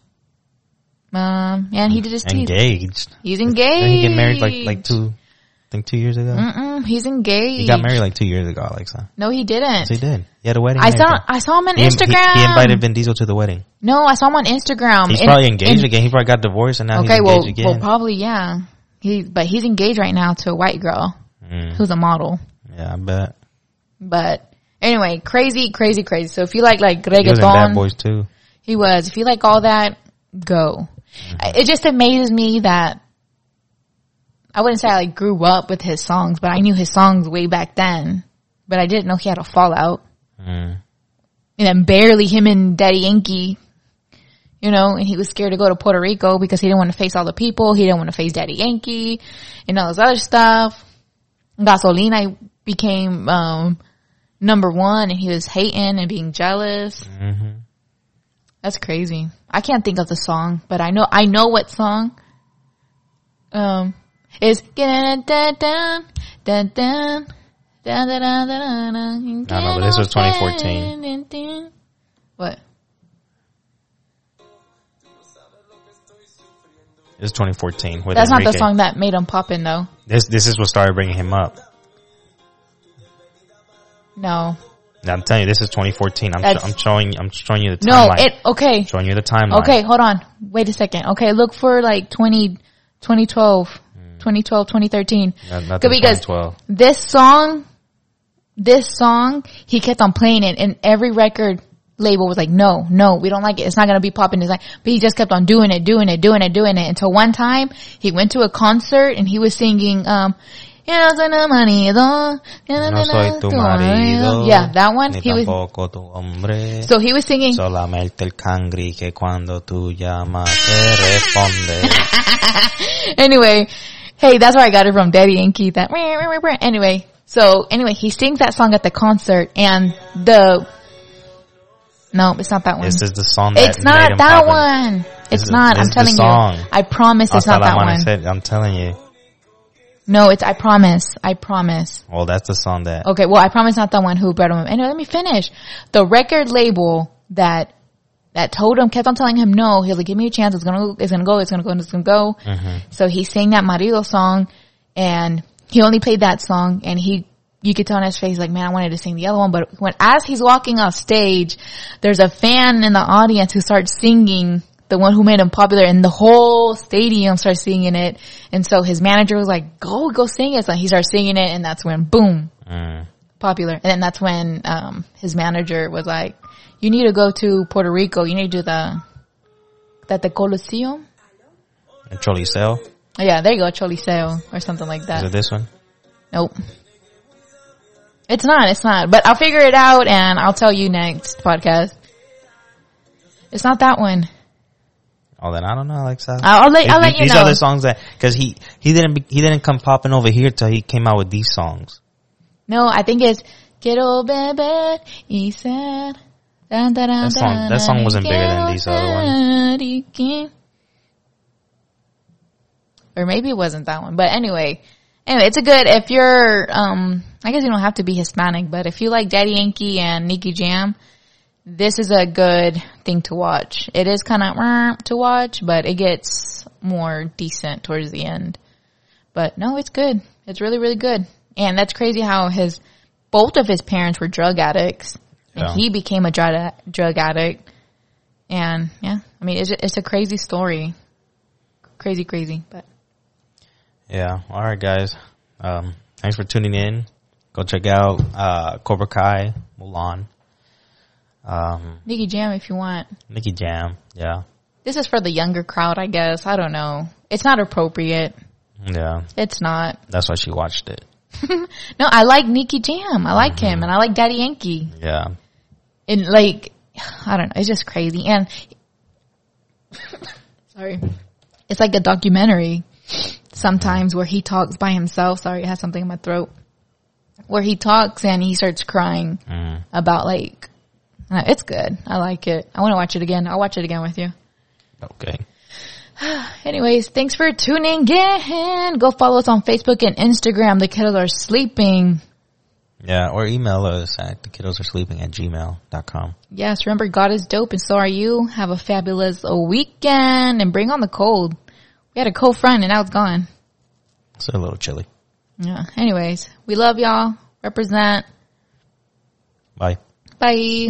Speaker 1: Um, and he did his teeth.
Speaker 2: Engaged.
Speaker 1: He's
Speaker 2: Didn't
Speaker 1: engaged.
Speaker 2: he get married like like two, I think two years ago.
Speaker 1: Mm-mm, he's engaged.
Speaker 2: He got married like two years ago, Alexa.
Speaker 1: No, he didn't.
Speaker 2: So he did. He had a wedding.
Speaker 1: I
Speaker 2: and
Speaker 1: saw.
Speaker 2: everything.
Speaker 1: I saw him on
Speaker 2: He in- he-
Speaker 1: Instagram.
Speaker 2: He, invited Vin Diesel to the wedding.
Speaker 1: No, I saw him on Instagram.
Speaker 2: He's
Speaker 1: And-
Speaker 2: probably engaged
Speaker 1: and-
Speaker 2: again. He probably got divorced and now
Speaker 1: Okay,
Speaker 2: he's
Speaker 1: well,
Speaker 2: engaged
Speaker 1: well,
Speaker 2: again.
Speaker 1: probably yeah. He, but he's engaged right now to a white girl
Speaker 2: Mm,
Speaker 1: who's a model.
Speaker 2: yeah, I bet.
Speaker 1: But anyway, crazy, crazy, crazy. So if you like like
Speaker 2: He was in Bad
Speaker 1: reggaeton,
Speaker 2: Boys too.
Speaker 1: he was. If you like all that, go. I It just amazes me that I wouldn't say I like grew up with his songs, but I knew his songs way back then. But I didn't know he had a fallout,
Speaker 2: Mm,
Speaker 1: and then barely him and Daddy Yankee. You know, and he was scared to go to Puerto Rico because he didn't want to face all the people. He didn't want to face Daddy Yankee and all this other stuff. Gasolina became um, number one, and he was hating and being jealous.
Speaker 2: hmm
Speaker 1: That's crazy. I can't think of the song, but I know I know what song. Um, is dun dun dun dun dun dun dun dun dun dun.
Speaker 2: I know, but this was
Speaker 1: Dun,
Speaker 2: 2014.
Speaker 1: dun, dun. What?
Speaker 2: It's 2014. With
Speaker 1: That's not the
Speaker 2: Enrique.
Speaker 1: song that made him pop in though.
Speaker 2: This this is what started bringing him up.
Speaker 1: No,
Speaker 2: Now I'm telling you, this is 2014. I'm,
Speaker 1: That's-
Speaker 2: I'm showing I'm showing you the
Speaker 1: no.
Speaker 2: timeline.
Speaker 1: It okay.
Speaker 2: showing you the timeline.
Speaker 1: Okay, hold on. Wait a second. Okay, look for like 20, 2012, 2012, 2013.
Speaker 2: Hmm. Not, not
Speaker 1: Could
Speaker 2: the
Speaker 1: be good.
Speaker 2: 2012.
Speaker 1: this song, this song, he kept on playing it and every record label was like, no, no, we don't like it. It's not going to be popping. It's like, but he just kept on doing it, doing it, doing it, doing it until one time he went to a concert and he was singing, um, yeah,
Speaker 2: No soy tu marido.
Speaker 1: that one.
Speaker 2: Ni
Speaker 1: He was,
Speaker 2: tampoco tu hombre.
Speaker 1: so he was singing,
Speaker 2: Solamente el cangri que cuando tú llamas te responde.
Speaker 1: anyway, hey, that's where I got it from, Daddy Yankee. That anyway. So anyway, he sings that song at the concert, and the no, it's not that one.
Speaker 2: this is the song that
Speaker 1: it's
Speaker 2: made
Speaker 1: not
Speaker 2: him
Speaker 1: that
Speaker 2: pop in-
Speaker 1: one.
Speaker 2: This
Speaker 1: It's
Speaker 2: is-
Speaker 1: not.
Speaker 2: this
Speaker 1: I'm
Speaker 2: is the
Speaker 1: telling
Speaker 2: song.
Speaker 1: you. I promise it's
Speaker 2: Hasta
Speaker 1: not that
Speaker 2: la
Speaker 1: one.
Speaker 2: amanecer. I'm telling you.
Speaker 1: No, it's I promise. I promise.
Speaker 2: Well, that's the song that.
Speaker 1: Okay, well, I promise not that one who brought him. Anyway, let me finish. The record label that that told him kept on telling him no. He was like, "Give me a chance. It's gonna, it's gonna go. It's gonna go. It's gonna go." So he sang that Marido song, and he only played that song. And he, you could tell on his face, like, "Man, I wanted to sing the other one." But when as he's walking off stage, there's a fan in the audience who starts singing. The one who made him popular and the whole stadium starts singing it. And so his manager was like, go, go sing it. So he starts singing it and that's when boom,
Speaker 2: Mm,
Speaker 1: popular. And then that's when um, his manager was like, "You need to go to Puerto Rico. You need to do the that the Colosseum.
Speaker 2: And Choliseo.
Speaker 1: Oh, yeah, there you go, Choliseo or something like
Speaker 2: Is
Speaker 1: that.
Speaker 2: it this one?
Speaker 1: Nope. It's not, it's not. But I'll figure it out and I'll tell you next podcast. It's not that one.
Speaker 2: Oh, then I don't know, Alexa.
Speaker 1: I'll, I'll let, I'll let
Speaker 2: These-
Speaker 1: you
Speaker 2: these
Speaker 1: know.
Speaker 2: are the songs that because he he didn't be, he didn't come popping over here till he came out with these songs.
Speaker 1: No, I think it's Quiero beber y ser. Dun, dun, dun,
Speaker 2: That song-
Speaker 1: dun,
Speaker 2: that song wasn't bigger than
Speaker 1: quiero
Speaker 2: these
Speaker 1: ser
Speaker 2: other
Speaker 1: y que- Or maybe it wasn't that one, but anyway, anyway, it's a good if you're. um I guess you don't have to be Hispanic, but if you like Daddy Yankee and Nicky Jam, this is a good thing to watch. It is kind of to watch, but it gets more decent towards the end. But no, it's good. It's really, really good. And that's crazy how his both of his parents were drug addicts, and
Speaker 2: Yeah.
Speaker 1: he became a drug drug addict. And yeah, I mean, it's it's a crazy story, crazy, crazy. But
Speaker 2: Yeah. All right, guys. Um, thanks for tuning in. Go check out uh, Cobra Kai, Mulan, um,
Speaker 1: Nicky Jam, if you want,
Speaker 2: Nicky Jam. Yeah,
Speaker 1: this is for the younger crowd, I guess. I don't know. It's not appropriate.
Speaker 2: yeah.
Speaker 1: It's not.
Speaker 2: That's why she watched it.
Speaker 1: No, I like Nicky Jam. I like him, and I like Daddy Yankee.
Speaker 2: Yeah.
Speaker 1: and like I don't know, it's just crazy. And sorry, it's like a documentary sometimes where he talks by himself. Sorry, I had something in my throat. Where he talks and he starts crying
Speaker 2: Mm.
Speaker 1: about like uh, it's good. I like it. I want to watch it again. I'll watch it again with you.
Speaker 2: Okay.
Speaker 1: Anyways, thanks for tuning in. Go follow us on Facebook and Instagram. The kiddos are sleeping.
Speaker 2: Yeah, or email us at the kiddos are sleeping at gmail.com.
Speaker 1: Yes, remember God is dope and so are you. Have a fabulous uh, weekend and bring on the cold. We had a cold front and now it's gone.
Speaker 2: It's a little chilly.
Speaker 1: Yeah. Anyways, we love y'all. Represent.
Speaker 2: Bye.
Speaker 1: Bye.